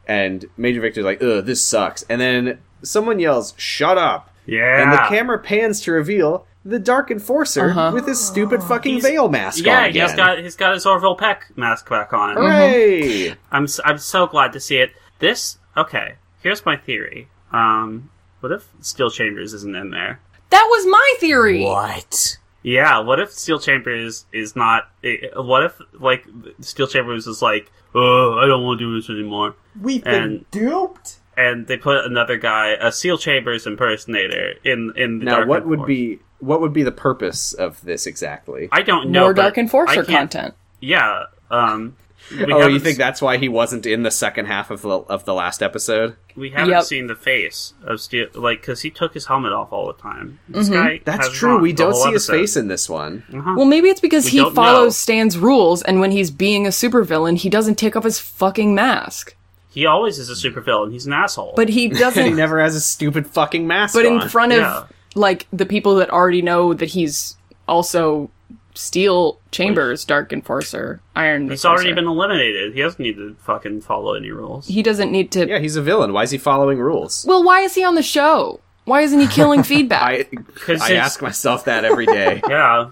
And Major Victor's like, "Ugh, this sucks." And then someone yells, "Shut up!"
Yeah.
And the camera pans to reveal the Dark Enforcer
Uh-huh.
with his stupid fucking
He's-
veil mask on
Yeah,
again.
he's got he's got his Orville Peck mask back on.
Mm-hmm. Oh.
Hooray!
I'm s- I'm so glad to see it. This okay. Here's my theory. Um, what if Steel Chambers isn't in there?
That was my theory.
What?
Yeah, what if Steel Chambers is not? it- What if like Steel Chambers is like, oh, I don't want to do this anymore,
We've
And-
been duped.
and they put another guy, a Steel Chambers impersonator, in in the
Now,
Dark
what would
Enforcer.
be what would be the purpose of this exactly?
I don't know.
More
but
Dark
I
Enforcer
can't-
content.
Yeah. Um. We
oh, you
haven't
think
s-
that's why he wasn't in the second half of the of the last episode?
we haven't
Yep.
seen the face of Steel? Like, because he took his helmet off all the time. This
Mm-hmm.
guy.
That's
has
true.
not
We
the
don't
whole
see his
episode.
face in this one.
Well, maybe it's because
Uh-huh. We
he
don't
follows
know.
Stan's rules, and when he's being a supervillain, he doesn't take off his fucking mask.
He always is a supervillain. He's an asshole.
But he doesn't.
He never has a stupid fucking mask.
but
on.
in front of
Yeah.
like the people that already know that he's also Steel Chambers, Dark Enforcer, Iron.
he's
Enforcer.
already been eliminated. He doesn't need to fucking follow any rules.
He doesn't need to.
yeah, he's a villain. Why is he following rules?
Well, why is he on the show? Why isn't he killing feedback?
I I
it's-
ask myself that every day.
yeah.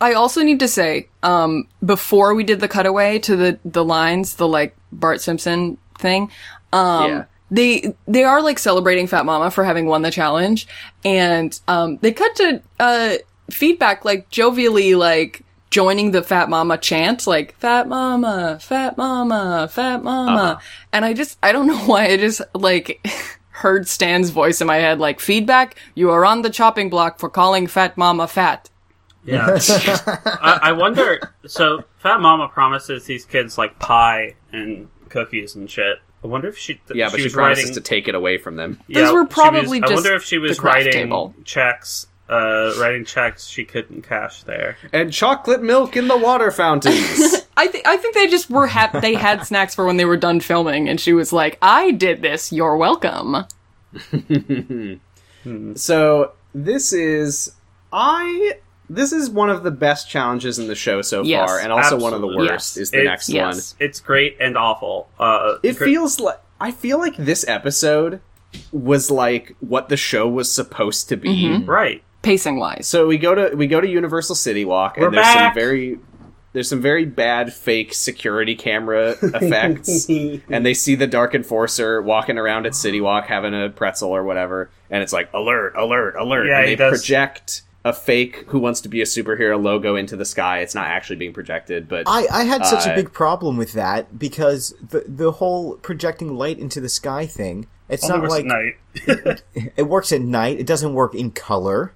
I also need to say, um, before we did the cutaway to the the lines, the like Bart Simpson thing, um,
Yeah.
they they are like celebrating Fat Mama for having won the challenge, and um, they cut to uh feedback like jovially like joining the Fat Mama chant, like Fat Mama, Fat Mama, Fat Mama. And I just, I don't know why, I just like heard Stan's voice in my head, like, feedback, you are on the chopping block for calling Fat Mama fat.
Yeah. I, I wonder. So, Fat Mama promises these kids like pie and cookies and shit. I wonder if she.
Yeah, but she,
was
promises
writing,
to take it away from them.
yeah,
Those were
she was-
probably
I wonder
just
if she was
the craft
writing
table.
checks. Uh, writing checks she couldn't cash there.
And chocolate milk in the water fountains.
I think I think they just were hap- they had snacks for when they were done filming, and she was like, "I did this. You're welcome."
so this is I this is one of the best challenges in the show so
Yes,
far, and also one of the
absolutely.
worst
Yes.
is the
It's-
next
yes.
one.
It's great and awful. Uh,
It
gr-
feels like I feel like this episode was like what the show was supposed to be.
Mm-hmm.
right.
Pacing wise,
So we go to we go to Universal City Walk,
We're
and there's
back.
some very there's some very bad fake security camera effects, and they see the Dark Enforcer walking around at City Walk having a pretzel or whatever, and it's like alert, alert, alert,
Yeah,
and they
he does.
project a fake "Who Wants to Be a Superhero" logo into the sky. It's not actually being projected, but
I, I had such a
Uh,
big problem with that because the the whole projecting light into the sky thing. It's
Only
not
works
like
at night.
it works at night. It doesn't work in color.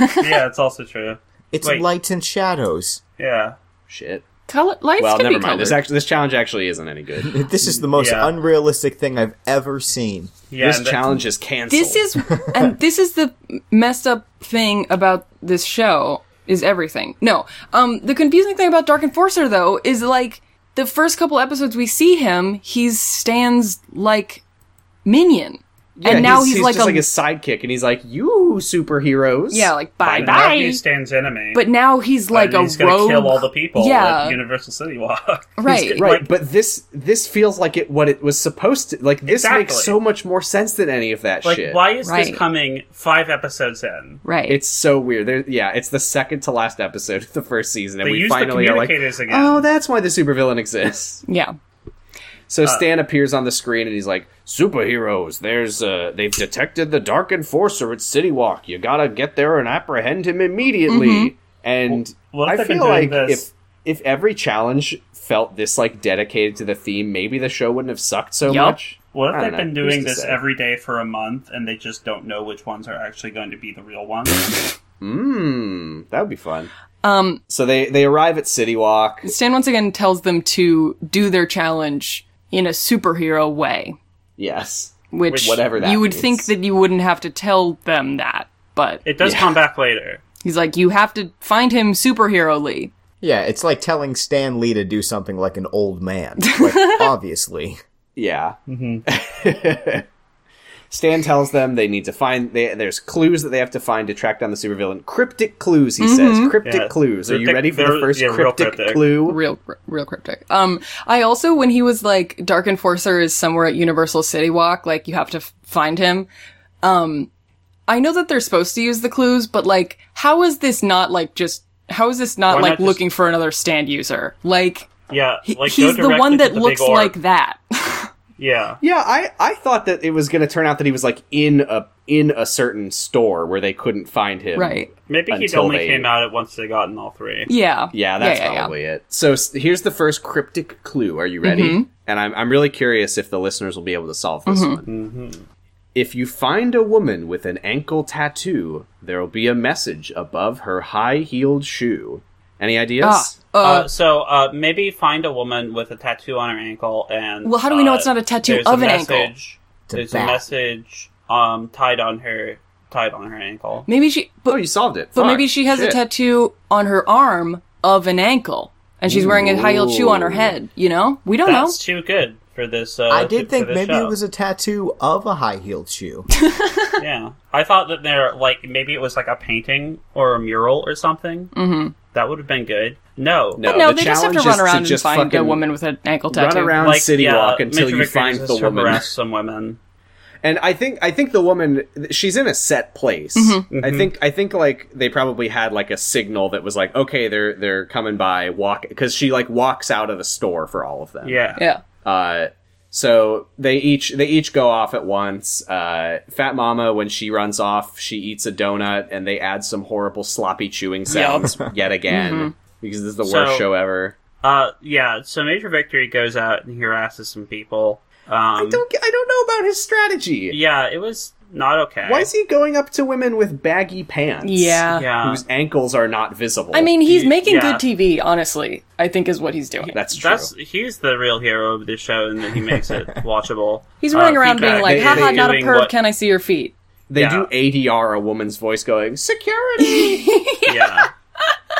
yeah, it's also true.
It's
Wait.
lights and shadows.
Yeah.
shit.
color lights
Well,
can
never
be
mind. This
colored.
actually this challenge actually isn't any good.
This is the most
Yeah.
unrealistic thing I've ever seen.
Yeah.
this
and the-
challenge is canceled.
This is and this is the messed up thing about this show is everything. No, um, the confusing thing about Dark Enforcer though is like the first couple episodes we see him, he stands like minion, and now he's, like
just
a
like his sidekick, and he's like, "You superheroes,
yeah, like bye
and
bye.
Matthew stands enemy.
But now he's like
and
a
he's
rogue.
gonna kill all the people
Yeah.
at Universal City Walk. He's
Right.
gonna-
right
like,
but this this feels like it what it was supposed to like this
Exactly.
makes so much more sense than any of that
like,
shit
why is
Right.
this coming five episodes in?
right.
it's so weird there yeah it's the second to last episode of the first season and
They
we
use
finally
the
are like
communicators again.
oh that's why the supervillain exists
yeah.
so
Uh,
stan appears on the screen and he's like superheroes there's uh they've detected the dark enforcer at city walk you gotta get there and apprehend him immediately and
Well, if
i
they've been
feel like
doing this-
if if every challenge felt this like dedicated to the theme maybe the show wouldn't have sucked so
Yup.
much
What
I
if
don't
they've
know.
been
Who's
doing
to
this
say?
every day for a month and they just don't know which ones are actually going to be the real ones?
Hmm, that would be fun. Um, so they they arrive at City Walk.
Stan once again tells them to do their challenge in a superhero way,
Yes,
which
whatever that
you would
means.
think that you wouldn't have to tell them that, but
It does
Yeah.
come back later.
he's like, you have to find him superhero Lee.
Yeah, it's like telling Stan Lee to do something like an old man. Like, obviously.
yeah. Mm-hmm.
Mm-hmm.
Stan tells them they need to find. They, there's clues that they have to find to track down the supervillain. Cryptic clues, he says. Cryptic
Yeah.
clues. Are you
Cryptic-
ready for the
they're-
first
yeah, real
cryptic,
cryptic.
clue?
Real, real cryptic. Um, I also when he was like Dark Enforcer is somewhere at Universal City Walk, like you have to f- find him. Um, I know that they're supposed to use the clues, but like, how is this not like just? How is this not
Why
like
not just-
looking for another stand user? Like,
Yeah, like go
he's the
directly
one
to
that
the
looks
big orb.
like that.
yeah,
Yeah, I I thought that it was going to turn out that he was like in a in a certain store where they couldn't find him.
right.
maybe he
Until
only
they-
came out at once they got in all three.
Yeah.
Yeah, that's
yeah, yeah.
probably it. So s- here's the first cryptic clue. Are you ready?
Mm-hmm.
And I'm, I'm really curious if the listeners will be able to solve this one.
Mm-hmm.
If you find a woman with an ankle tattoo, there will be a message above her high heeled shoe. Any ideas?
Ah, uh,
Uh, so uh, maybe find a woman with a tattoo on her ankle and.
Well, how do we know it's not a
uh,
tattoo
there's
of
a
an
message,
ankle?
a
There's a
bat.
message um, tied on her tied on her ankle.
maybe she, but,
oh, you solved it.
but
Fuck.
maybe she has a
Shit.
tattoo on her arm of an ankle, and she's wearing a high heeled shoe on her head. You know, we don't
That's too good for this. Uh,
I
for
did think
this
maybe
show.
it was a tattoo of a high heeled shoe.
Yeah, I thought that there, like, maybe it was like a painting or a mural or something. Mm-hmm. That would have been good. No,
No,
know. No,
the
they just have to
challenge
run
is
around and
just
find a
fucking
woman with an ankle
Run
tattoo.
around
like
City
yeah,
Walk until
Mr.
you
Victor
find
uses
the
to
woman.
harass some women.
And I think I think the woman she's in a set place.
Mm-hmm.
I think I think like they probably had like a signal that was like, okay, they're they're coming by, walk because she like walks out of the store for all of them.
Yeah,
Yeah.
Uh, so they each they each go off at once. Uh, Fat Mama, when she runs off, she eats a donut, and they add some horrible sloppy chewing sounds yet again. because this is the
Mm-hmm. So-
worst show ever.
Uh, yeah. So Major Victory goes out and harasses some people. Um,
I don't. get- I don't know about his strategy.
yeah, it was not okay.
Why is he going up to women with baggy pants?
Yeah.
Yeah.
Whose ankles are not visible.
I mean, he's
He-
making
yeah.
good TV, honestly, I think is what he's doing.
that's true.
That's he's the real hero of this show, and that he makes it watchable.
He's running
Uh,
around
feedback.
being like,
They-
haha,
they
not a
doing
perv,
what-
can I see your feet?
they do
yeah.
ADR a woman's voice going security.
yeah.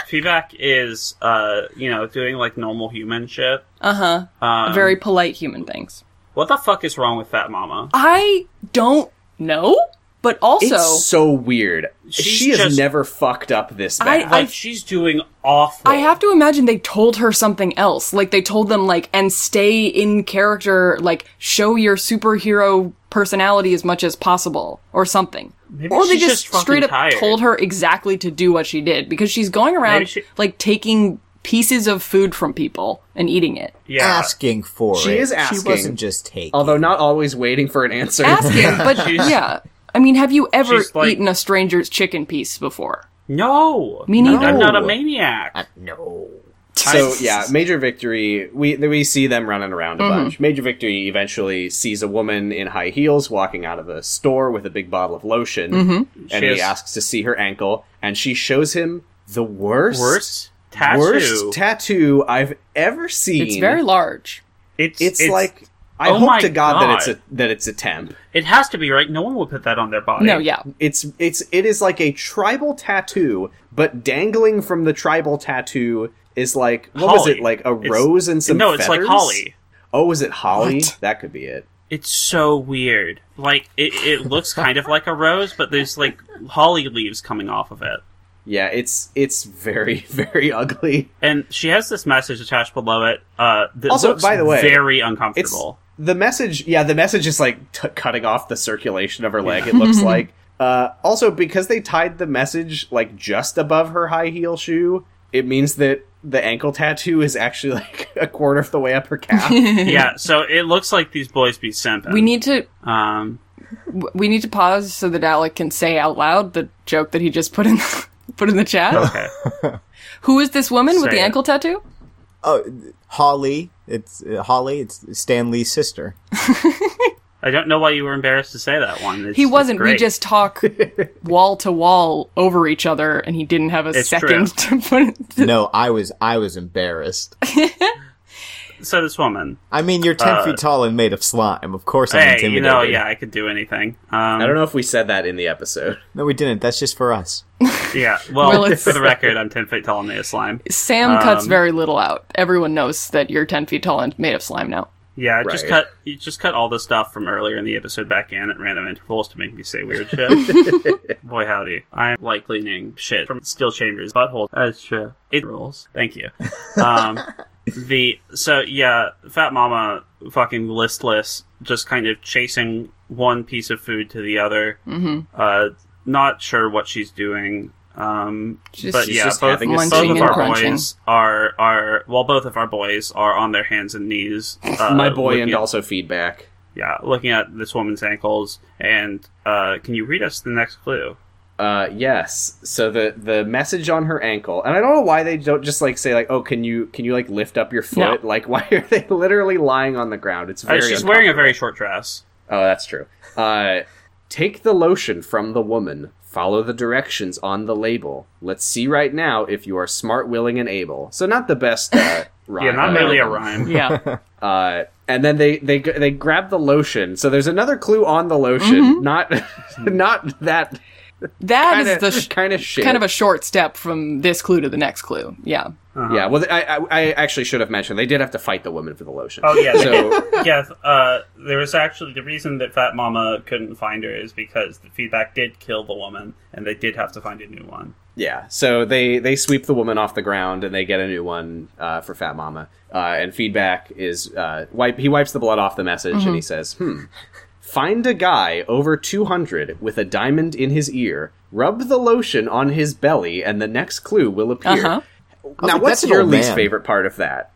Feedback is, uh, you know, doing like normal human shit.
Uh huh.
Um,
Very polite human things.
What the fuck is wrong with Fat Mama?
I don't know, but also,
it's so weird.
She's
she has
just-
never fucked up this
I-
bad.
Like she's doing awful.
I have to imagine they told her something else. Like they told them like and stay in character, like show your superhero personality as much as possible or something.
Maybe
or they
she's
just,
fucking
straight up
tired.
told her exactly to do what she did because she's going around
Maybe she-
like taking pieces of food from people and eating it.
Yeah.
Asking for
She
it.
is
She
asking.
wasn't just taking.
Although not always waiting for an answer.
Asking, but
She's-
yeah. I mean, have you ever
She's like-
eaten a stranger's chicken piece before?
No.
Me
No,
neither.
I'm not a maniac.
no.
So yeah, major victory. We we see them running around a
Mm-hmm.
bunch. Major victory eventually sees a woman in high heels walking out of a store with a big bottle of lotion,
Mm-hmm.
and
She
he
has-
asks to see her ankle, and she shows him the worst,
Worst tattoo.
worst tattoo I've ever seen.
It's very large.
it's,
It's, like I
oh my
hope to God, that it's
God.
a that it's a temp.
it has to be right. No one would put that on their body.
No, yeah.
It's it's it is like a tribal tattoo, but dangling from the tribal tattoo is like what was
Holly.
it like a
It's-
rose and some
no, it's like
feathers?
Holly.
Oh, is it Holly? That could be it.
It's so weird. Like it, it looks kind of like a rose, but there's like holly leaves coming off of it.
Yeah, it's it's very very ugly.
And she has this message attached below it. Uh, that
Also,
looks
by the way,
very
It's
uncomfortable.
the message. Yeah, the message is like t- cutting off the circulation of her leg. It looks like. Uh, also, because they tied the message like just above her high heel shoe, it means that the ankle tattoo is actually like a quarter of the way up her calf.
yeah, so it looks like these boys be simping.
We need to
Um,
we need to pause so that Alec can say out loud the joke that he just put in put in the chat.
okay.
Who is this woman with
Say
the
it.
ankle tattoo?
Oh, Holly. It's uh, Holly. It's Stan Lee's sister.
I don't know why you were embarrassed to say that one. It's-
He
it's
wasn't. We
great.
just talk wall to wall over each other, and he didn't have a
It's
second to put. It
no, I was. I was embarrassed.
so this woman.
I mean, you're ten
Uh,
feet tall and made of slime. Of course, I'm
Hey, you
intimidated.
know, yeah, I could do anything. Um,
I don't know if we said that in the episode.
No, we didn't. That's just for us.
Yeah, well,
Well, it's-
for the record, I'm ten feet tall and made of slime.
Sam cuts
Um,
very little out. Everyone knows that you're ten feet tall and made of slime now.
Yeah, just
Right.
cut you just cut all the stuff from earlier in the episode back in at random intervals to make me say weird shit. Boy howdy, I'm like cleaning shit from steel chambers butthole. That's true. It rules. Thank you. Um, the so yeah, Fat Mama fucking listless, just kind of chasing one piece of food to the other. Mm-hmm. Uh, not sure what she's doing. Um,
Just-
but
She's
yeah,
just
both,
having
both
a
of
munching
and
our
crunching.
boys are are well, both of our boys are on their hands and knees. Uh,
My boy, and
looking at-
also feedback.
yeah, looking at this woman's ankles. And uh, can you read us the next clue?
Uh, yes. So the the message on her ankle, and I don't know why they don't just like say like, oh, can you can you like lift up your foot? Like, why are they literally lying on the ground? It's
Uh,
very.
she's wearing a very short dress.
Oh, that's true. Uh, take the lotion from the woman. Follow the directions on the label. Let's see right now if you are smart, willing, and able. So not the best. Uh, rhyme.
Yeah, not really a
Uh,
rhyme.
Yeah,
Uh, and then they they g- they grab the lotion. So there's another clue on the
Mm-hmm.
lotion. Not not that
that
kind
is
of
the sh-
kind of shit.
kind of a short step from this clue to the next clue. Yeah,
Uh-huh.
yeah. Well, I, I I actually should have mentioned they did have to fight the woman for the lotion.
Oh, yeah.
So
yeah, uh, there was actually the reason that Fat Mama couldn't find her is because the feedback did kill the woman, and they did have to find a new one.
yeah. So they they sweep the woman off the ground and they get a new one uh, for Fat Mama. Uh, and feedback is uh, wipe. He wipes the blood off the message and he says, "Hmm." Find a guy over 200 with a diamond in his ear, rub the lotion on his belly, and the next clue will appear.
Uh-huh.
Now,
like,
what's
that's an
your
old
least
man.
favorite part of that?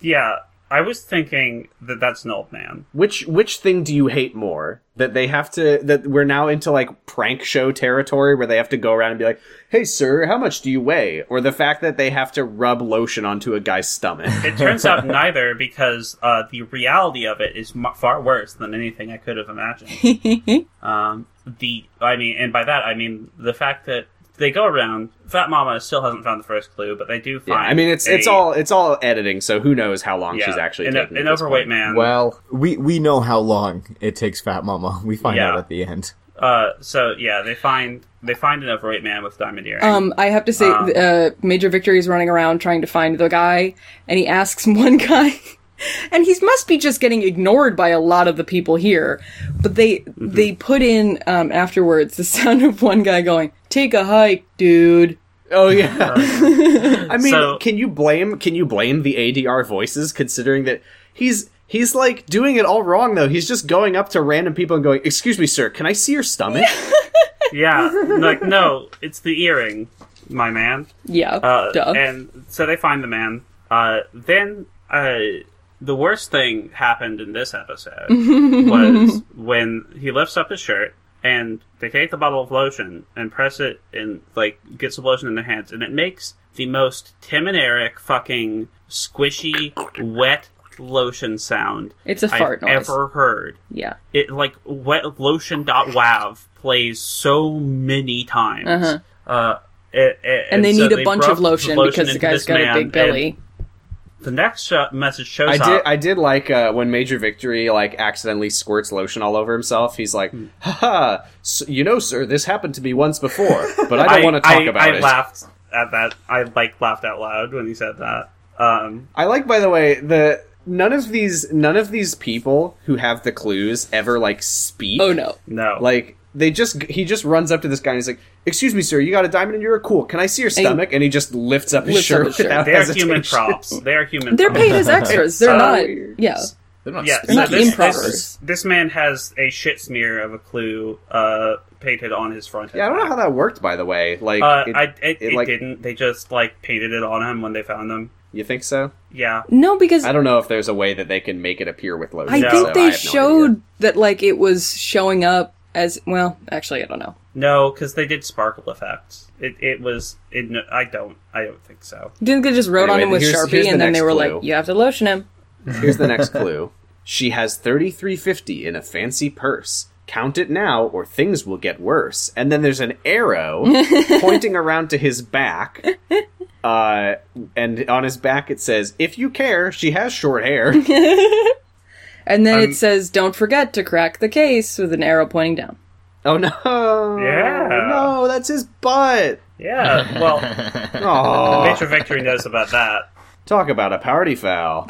Yeah, I was thinking that that's an old man.
Which which thing do you hate more? That they have to that we're now into like prank show territory where they have to go around and be like, "Hey sir, how much do you weigh?" or the fact that they have to rub lotion onto a guy's stomach.
It turns out neither, because uh, the reality of it is mu far worse than anything I could have imagined. um, the I mean, and by that I mean the fact that they go around. Fat Mama still hasn't found the first clue, but they do
Yeah,
find.
I mean, it's
a-
it's all it's all editing, so who knows how long
yeah,
she's actually
an,
taking
an
at this
overweight
point.
man.
Well, we we know how long it takes Fat Mama. We find
Yeah.
out at the end.
Uh, so yeah, they find they find an overweight man with diamond earrings.
Um, I have to say,
Um,
uh, Major Victory is running around trying to find the guy, and he asks one guy, and he must be just getting ignored by a lot of the people here. But they they put in um, afterwards the sound of one guy going, "Take a hike, dude."
Oh yeah. I mean,
So-
can you blame can you blame the ADR voices considering that he's he's like doing it all wrong though. He's just going up to random people and going, "Excuse me, sir, can I see your stomach?"
yeah, like no, it's the earring, my man.
Yeah,
Uh,
duh.
And so they find the man. Uh, then uh, the worst thing happened in this episode was when he lifts up his shirt and they take the bottle of lotion and press it and like gets the lotion in their hands and it makes the most Tim and Eric fucking squishy wet lotion sound
It's a fart
I've
noise.
ever heard
yeah,
it like wet lotion dot wav plays so many times.
Uh-huh.
Uh, it- it-
and they
so
need a bunch
rubbed
of lotion, because
into
the guy's
this
got a
man,
big belly.
and The next sho- message shows
I did.
up.
I did like uh, when Major Victory like accidentally squirts lotion all over himself. He's like,
Hmm.
"Haha, s you know, sir, this happened to me once before, but I don't want to talk
I-
about
I
it."
laughed at that. I like laughed out loud when he said that. Um,
I like, by the way, the none of these none of these people who have the clues ever like speak.
Oh no,
no,
Like they just he just runs up to this guy and he's like, "Excuse me, sir, you got a diamond and you're cool. Can I see your stomach?" And he just lifts up his
Lifts up
shirt
his shirt.
without
they're human
hesitation.
props. They're human.
they're
props.
paid as extras. They're
So
not.
weird.
Yeah,
They're not
Yeah,
speaking.
so
Not
this,
improvers.
this, this man has a shit smear of a clue uh, painted on his front.
Yeah, I don't know
back.
how that worked, by the way. Like,
Uh,
it-
I, it,
it,
it
like-
didn't. They just like painted it on him when they found him.
you think so?
Yeah,
no, because
I don't know if there's a way that they can make it appear with lotion.
I
No,
think
so
they
I have no
showed
idea.
that like it was showing up as well. Actually, I don't know.
no, because they did sparkle effects. It it was. It, no, I don't. I don't think so.
Didn't they just wrote on
Anyway,
him with
here's-
Sharpie
here's the
and then
next
they were
clue.
like, you have to lotion him?
Here's the next clue. She has 3350 in a fancy purse. Count it now or things will get worse. And then there's an arrow pointing around to his back. Uh, and on his back it says, "If you care, she has short hair."
And then it says, don't forget to crack the case with an arrow pointing down.
oh no.
Yeah.
No, that's his butt.
Yeah. Well,
Oh.
Major Victory knows about that.
Talk about a party foul.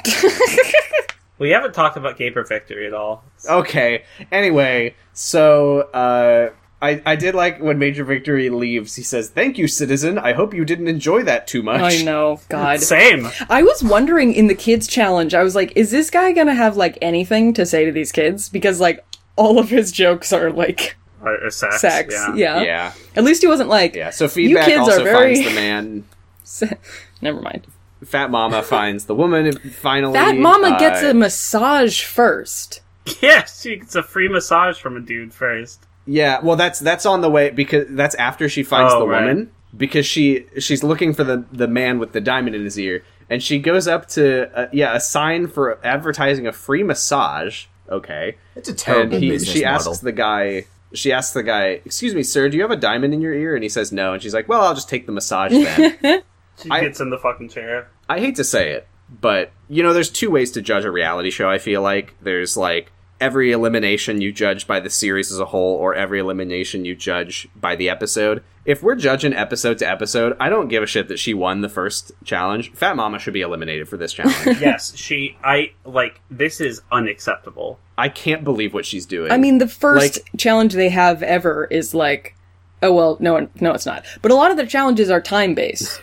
We haven't talked about Gaper Victory at all.
Okay. Anyway, so uh, I I did like when Major Victory leaves. He says, "Thank you, citizen. I hope you didn't enjoy that too much."
I know, Oh, God.
Same.
I was wondering in the kids challenge, I was like, is this guy gonna have like anything to say to these kids? Because like all of his jokes are like
Or, or sex.
sex.
Yeah.
Yeah.
Yeah,
At least he wasn't like,
yeah. So feedback
kids
also
are very-
finds the man.
never mind.
Fat Mama finds the woman. Finally,
That mama
Uh,
gets a massage first.
Yeah, She gets a free massage from a dude first.
Yeah, well, that's that's on the way because that's after she finds
Oh,
the
right.
woman because she she's looking for the the man with the diamond in his ear, and she goes up to uh, yeah a sign for advertising a free massage. Okay,
It's a
and
terrible
he,
business
she asks
model.
the guy she asks the guy excuse me sir do you have a diamond in your ear and he says no and she's like well i'll just take the massage then
She
I-
gets in the fucking chair.
i hate to say it but you know there's two ways to judge a reality show i feel like there's like every elimination you judge by the series as a whole or every elimination you judge by the episode if we're judging episode to episode i don't give a shit that she won the first challenge fat mama should be eliminated for this challenge
yes. She. I like. This is unacceptable.
i can't believe what she's doing
I mean, the first
Like-
challenge they have ever is like, oh well, no, no, it's not. But a lot of the challenges are time based.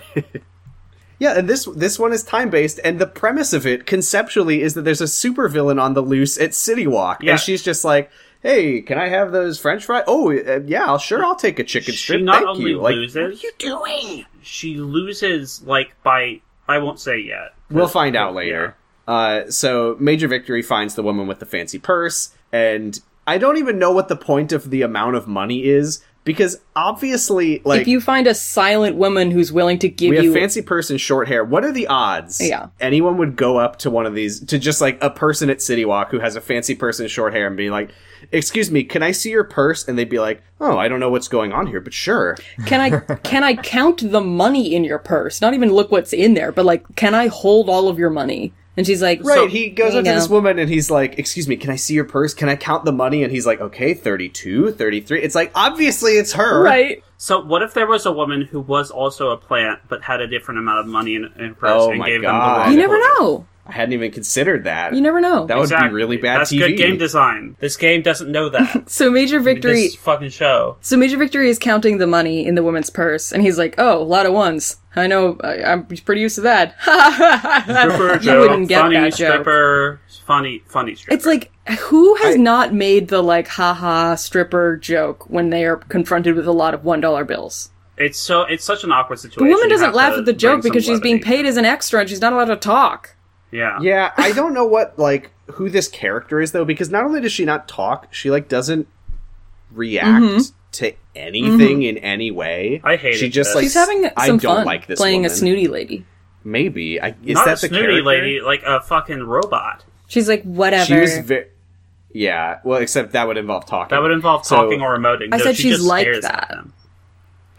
Yeah, and this this one is time based, and the premise of it conceptually is that there's a supervillain on the loose at City Walk,
Yeah.
and she's just like, "Hey, can I have those French fries? Oh, uh, yeah, I'll sure I'll take a chicken strip.
she not
Thank
only
you." Like,
loses. you doing? She loses like by. I won't say yet.
we'll find out later. Uh, so Major Victory finds the woman with the fancy purse, and I don't even know what the point of the amount of money is because obviously, like,
if you find a silent woman who's willing to give
we have
you
fancy person, short hair. What are the odds?
Yeah.
anyone would go up to one of these to just like a person at City Walk who has a fancy person, short hair, and be like, "Excuse me, can I see your purse?" And they'd be like, "Oh, I don't know what's going on here, but sure."
can I can I count the money in your purse? Not even look what's in there, but like can I hold all of your money? And she's like,
Right. he goes
you
up to
know.
this woman and he's like, "Excuse me, can I see your purse? Can I count the money?" And he's like, "Okay, 32, 33." It's like obviously it's her.
Right.
So what if there was a woman who was also a plant but had a different amount of money in, in her purse
Oh
and
my
gave
God.
them the wrong
You never
quarter?
know.
I hadn't even considered that.
You never know.
that would
Exactly.
be really bad
That's
TV.
good game design. This game doesn't know that.
so major victory
This fucking show.
So Major Victory is counting the money in the woman's purse, and he's like, "Oh, a lot of ones. I know. I, I'm pretty used to that."
Stripper
you
joke,
wouldn't get
funny
that joke.
stripper, funny funny stripper.
It's like who has
I-
not made the like haha stripper joke when they are confronted with a lot of one dollar bills?
it's so it's such an awkward
The
situation.
woman
You
doesn't
have
laugh
to
at the
bring
joke because
some
she's being
levity.
paid as an extra and she's not allowed to talk.
Yeah.
Yeah, I don't know what like who this character is though, because not only does she not talk, she like doesn't react
Mm-hmm.
to anything in any way.
I hated
She just
this.
like
She's having
I
some
don't
fun
like this
playing a
woman.
snooty lady.
Maybe I, is
Not
that the
a snooty
character?
lady, like a fucking robot.
She's like, "Whatever."
She was very. Yeah, well, except that would involve talking.
That would involve
So-
talking or emoting.
I
though
said
she
she's
just
like
stares
that.
At them.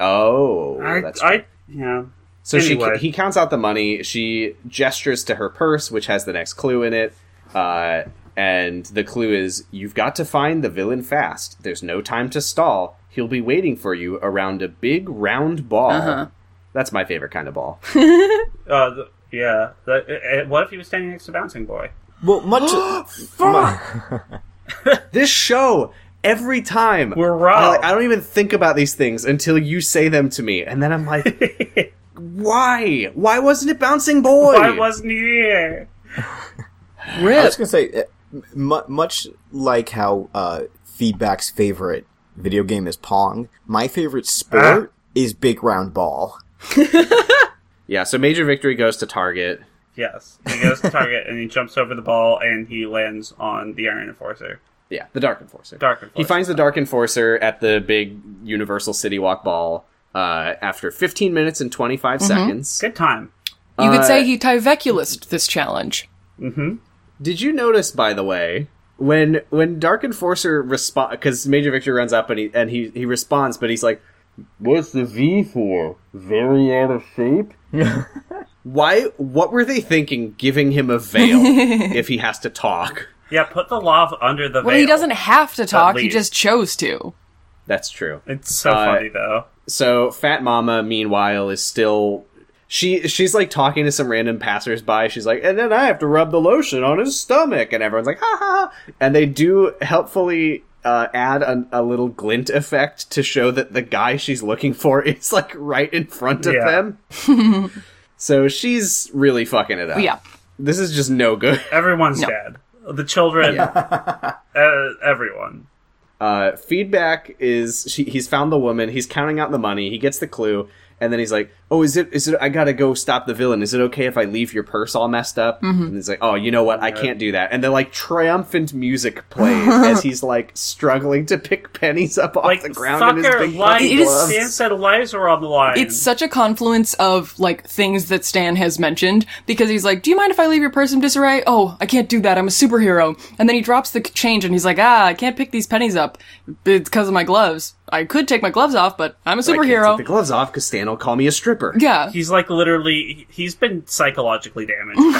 Oh,
I,
that's
I,
right.
yeah.
So
Anyway.
she he counts out the money. She gestures to her purse, which has the next clue in it, uh, and the clue is you've got to find the villain fast. There's no time to stall. He'll be waiting for you around a big round ball.
Uh-huh.
That's my favorite kind of ball.
Uh, th- yeah. The, uh, uh, what if he was standing next to Bouncing Boy?
Well, much.
this show. Every time
We're wrong.
I, like, I don't even think about these things until you say them to me, and then I'm like, "Why? Why wasn't it bouncing boy?
Why wasn't he here?
I was gonna say, uh, m- much like how uh, feedback's favorite video game is Pong, my favorite
Ah.
sport is Big Round Ball.
yeah." So major victory goes to Target.
Yes. He goes to target and he jumps over the ball and he lands on the Iron Enforcer.
Yeah, the Dark Enforcer.
Dark
He
Enforcer.
finds the Dark Enforcer at the big Universal City Walk Ball uh, after 15 minutes and 25 seconds.
Good time.
You could
Uh,
say he Tyveculused this challenge.
Did you notice, by the way, when when Dark Enforcer responds, because Major Victor runs up and he and he, he responds, but he's like, "What's the V for? Very out of shape." Why? What were they thinking, giving him a veil if he has to talk?
Yeah, put the love under the
Well,
veil.
he doesn't have to talk. He
least.
just chose to.
That's true.
It's so
Uh,
funny though.
So Fat Mama, meanwhile, is still she she's like talking to some random passersby. She's like, and then I have to rub the lotion on his stomach, and everyone's like, ha ha. ha." And they do helpfully uh, add a, a little glint effect to show that the guy she's looking for is like right in front of
Yeah.
them. so she's really fucking it up.
Yeah.
this is just no good.
Everyone's dead. The children. uh, everyone.
Uh, feedback is she, he's found the woman. He's counting out the money. He gets the clue, and then he's like, "Oh, is it? Is it? I gotta go stop the villain. Is it okay if I leave your purse all messed up?" And he's like, "Oh, you know what? I can't do that." And then like triumphant music plays as he's like struggling to pick pennies up off
Like
the ground in his
fucker,
big
life.
fucking
It is-
gloves.
Stan said lives are on the line.
It's such a confluence of like things that Stan has mentioned because he's like, "Do you mind if I leave your purse in disarray?" Oh, I can't do that. I'm a superhero. And then he drops the change and he's like, "Ah, I can't pick these pennies up. It's because of my gloves. I could take my gloves off, but I'm a
I can't
superhero."
Take the gloves off because Stan will call me a stripper.
yeah.
He's like literally. He's been psychologically damaged. by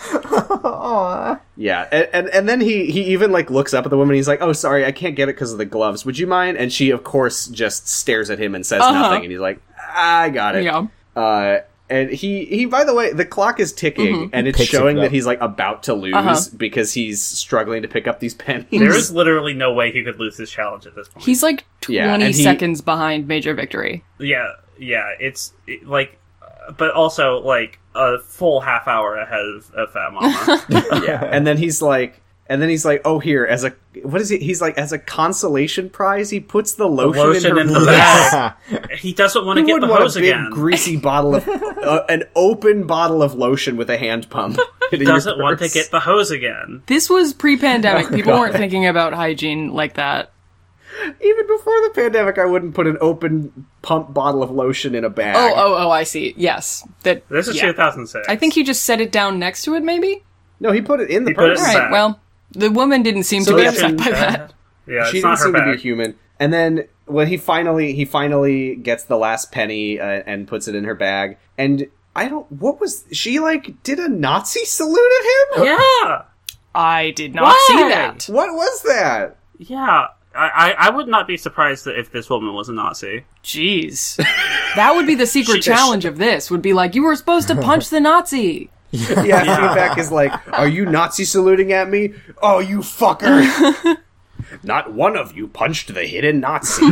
this show.
Yeah, and, and and then he he even like looks up at the woman. He's like, "Oh, sorry, I can't get it because of the gloves. Would you mind?" And she, of course, just stares at him and says nothing. And he's like, "I got it."
Uh-huh. Yeah.
Uh, and he he. By the way, the clock is ticking, and it's
Picks it
showing
up.
that he's like about to lose
Mm-hmm. Uh-huh.
because he's struggling to pick up these pennies.
there is literally no way he could lose this challenge at this point.
He's like 20
Yeah, and he-
seconds behind Major Victory.
yeah, yeah. It's it- like, uh, but also like a full half hour ahead of, of Fat Mama.
yeah. And then he's like. And then he's like, "Oh, here as a what is he? He's like as a consolation prize. He puts the lotion,
lotion
in
in
her
the
blood.
bag.
Ah.
he doesn't want to
Who
get the
wouldn't want
hose
a big
again.
greasy bottle of uh, an open bottle of lotion with a hand pump?
Hitting your
doesn't want to
purse.
get the hose again.
This was pre-pandemic. People weren't thinking about hygiene like that.
Even before the pandemic, I wouldn't put an open pump bottle of lotion in a bag.
Oh, oh, oh! I see. Yes, that.
This is
yeah.
2006.
I think he just set it down next to it. Maybe.
No, he put it in the
put
purse.
it in
All right.
Sad.
Well, the woman didn't seem
So
to be
that's
upset by
Uh,
that.
Yeah,
she
it's
didn't
not her
seem to
bag.
be human. And then when he finally he finally gets the last penny uh, and puts it in her bag. And I don't. What was she like? Did a Nazi salute at him?
Yeah,
I did not
Why?
see that.
What was that?
yeah. I, I, I would not be surprised that if this woman was a Nazi.
Jeez. That would be the secret challenge of this. Would be like you were supposed to punch the Nazi.
Yeah, feedback is like, "Are you Nazi saluting at me? Oh, you fucker!" Not one of you punched the hidden Nazi.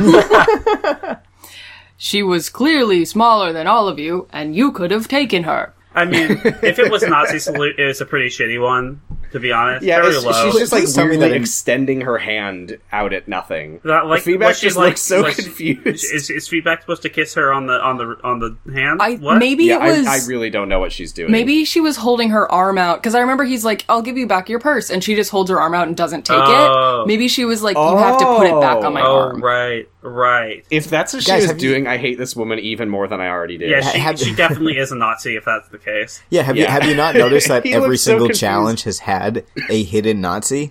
She was clearly smaller than all of you, and you could have taken her.
I mean, if it was Nazi salute, it was a pretty shitty one, to be honest.
Yeah,
Very
it's-
low.
she's just like
Please tell me
weirdly
that-
extending her hand out at nothing.
That, like,
the feedback
was she,
just
like-
looks so
was she-
confused.
Is, is feedback supposed to kiss her on the on the on the hand?
I
What?
maybe
yeah,
it was
I, I really don't know what she's doing.
Maybe she was holding her arm out because I remember he's like, "I'll give you back your purse," and she just holds her arm out and doesn't take
Oh.
it. Maybe she was like, "You have to put it back on my
Oh
arm."
right, right.
if that's what
Guys,
she was
have you-
doing, I hate this woman even more than I already did.
Yeah, she,
have-
she definitely is a Nazi if that's the case.
Yeah, have you
Yeah.
have you not noticed that
He
every
looks so
single
confused.
challenge has had a hidden Nazi?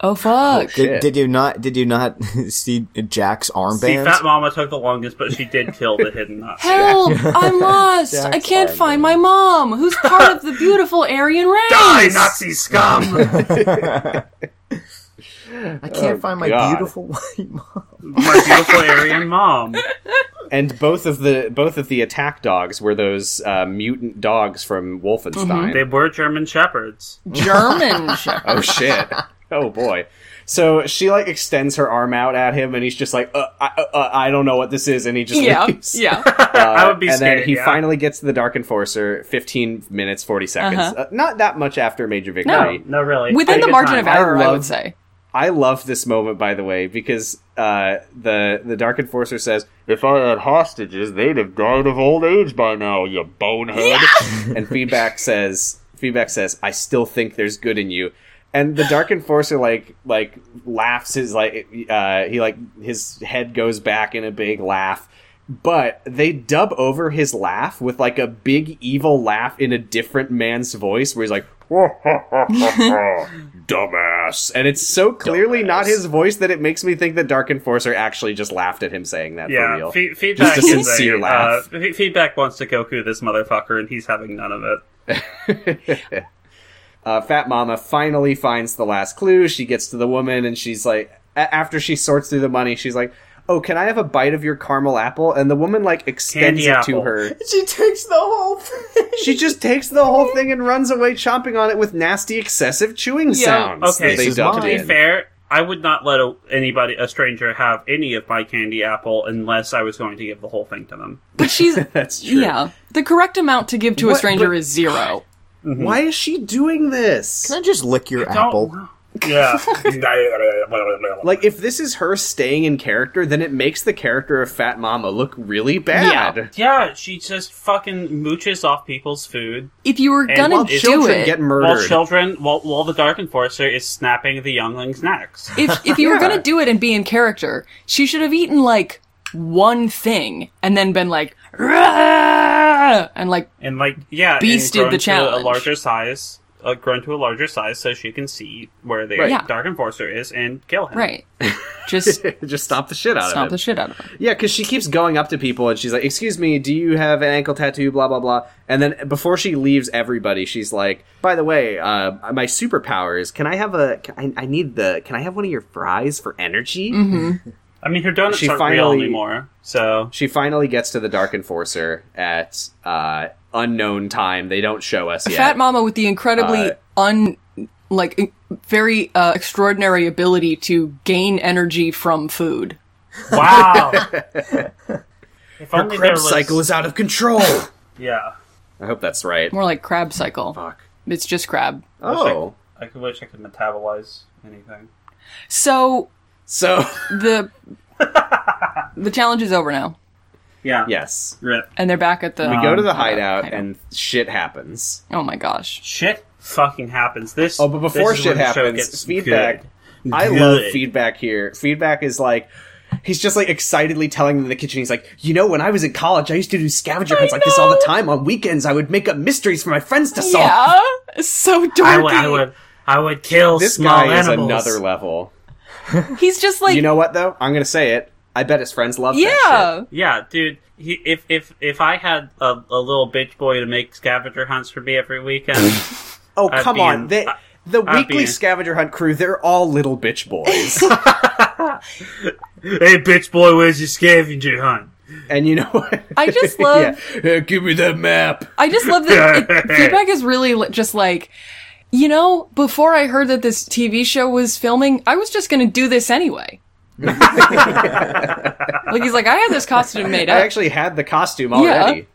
Oh fuck!
Shit.
Did, did you not did you not see Jack's
See,
armband?
Fat Mama took the longest, but she did kill the hidden Nazi.
Help! I'm lost. I can't find my mom, who's part of the beautiful Aryan race.
Die, Nazi scum!
I can't find my
Oh, God.
beautiful white mom.
My beautiful Aryan mom.
And both of the both of the attack dogs were those uh, mutant dogs from Wolfenstein.
Mm-hmm.
They were German shepherds.
German shepherd.
Oh shit! oh boy! So she like extends her arm out at him, and he's just like, uh, I, uh, uh, I don't know what this is, and he just
Yeah,
leaves. Uh,
yeah.
I would be
and
scared.
then he
yeah.
finally gets to the Dark Enforcer, fifteen minutes forty seconds.
Uh-huh.
Uh, not that much after Major Victory.
No, no, really.
Within
Take
the
your
margin
time.
of error, I,
love-
would say.
I love this moment, by the way, because uh, the the Dark Enforcer says, "If I had hostages, they'd have died of old age by now, you bonehead." and feedback says, "Feedback says, I still think there's good in you." And the Dark Enforcer like like laughs his like uh, he like his head goes back in a big laugh. But they dub over his laugh with like a big evil laugh in a different man's voice, where he's like, dumbass. And it's so clearly not his voice that it makes me think that Dark Enforcer actually just laughed at him saying that for
Yeah,
real.
fe- feedback
Just a
is
sincere
a,
laugh.
Uh, fe- feedback wants to Goku this motherfucker, and he's having none of it.
uh, Fat Mama finally finds the last clue. She gets to the woman and she's like, a- after she sorts through the money, she's like, Oh, can I have a bite of your caramel apple? And the woman like extends
Candy
it to
apple.
her.
She takes the whole thing.
She just takes the whole thing and runs away, chomping on it with nasty, excessive chewing sounds.
okay,
that they
this is
dubbed
To be
in.
fair, I would not let a, anybody, a stranger, have any of my candy apple unless I was going to give the whole thing to them.
But she's
That's true.
yeah. The correct amount to give to a
What-
stranger
but-
is zero.
Why is she doing this?
Can I just lick your apple?
Don't, yeah.
Like if this is her staying in character, then it makes the character of Fat Mama look really bad.
yeah, she just fucking mooches off people's food
If you were
And
gonna
while
do
Children
it,
get
while
murdered.
children, while, while the Dark Enforcer is snapping the youngling's necks.
if if you were gonna do it and be in character, she should have eaten like one thing and then been like "Rah!" and like
And like, yeah,
Beast did
and grown
the
to
challenge.
a larger size, uh, grown to a larger size, so she can see where the
Right.
Yeah.
Dark Enforcer is and kill him.
right, just
Just stomp the shit out
stomp
of
the
it.
shit out of her.
yeah, because she keeps going up to people and she's like, "Excuse me, do you have an ankle tattoo?" Blah blah blah. And then before she leaves everybody, she's like, "By the way, uh, my superpower is can I have a? Can I, I need the. Can I have one of your fries for energy?"
Mm-hmm.
I mean, her donuts
She
aren't
finally-
real anymore, so
She finally gets to the Dark Enforcer at uh, unknown time. They don't show us yet.
Fat Mama with the incredibly
Uh,
un like in- very uh, extraordinary ability to gain energy from food.
Wow. if
Her
only there
Krebs
was,
cycle is out of control.
Yeah.
I hope that's right.
More like crab cycle.
Fuck.
It's just crab.
Oh.
I could wish I could metabolize anything.
So
So
the the challenge is over now.
Yeah.
Yes.
Rip.
and they're back at the.
We go to the
um,
hideout
hideout.
and shit happens.
Oh my gosh!
Shit fucking happens. This.
Oh, but
this
before
is
shit
when the show
happens,
gets
feedback.
good.
I love
Good.
feedback here. Feedback is like he's just like excitedly telling them in the kitchen. He's like, you know, when I was in college, I used to do scavenger hunts like this all the time. On weekends, I would make up mysteries for my friends to solve.
Yeah, so dorky.
I would, I would. I would kill
This
small
guy is
animals.
another level.
He's just like
you know what though? I'm gonna say it. I bet his friends love that
yeah.
Yeah, dude. He, if if if I had a, a little bitch boy to make scavenger hunts for me every weekend,
shit. Oh
I'd
come
be
on.
in-
They, the
I'd
weekly
be in.
scavenger hunt crew, they're all little bitch boys.
hey, bitch boy, where's your scavenger hunt?
and you know what?
I just love-
yeah. Uh, give me that map.
I just love that it, feedback is really li- just like, you know, before I heard that this TV show was filming, I was just going to do this anyway. like he's like, I had this costume made
I
up.
actually had the costume already.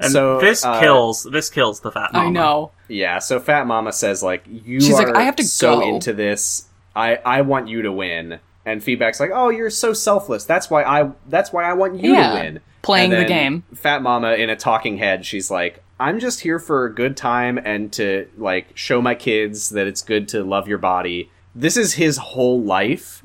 And
So,
this
uh,
kills this kills the
oh
fat mama.
I know.
Yeah, so Fat Mama says like you
She's
are
like, "I have to
so
go."
into this. I I want you to win. And feedback's like, "Oh, you're so selfless. That's why I that's why I want you
Yeah,
to win."
playing
And then
the game.
Fat Mama in a talking head, she's like, "I'm just here for a good time and to like show my kids that it's good to love your body." This is his whole life,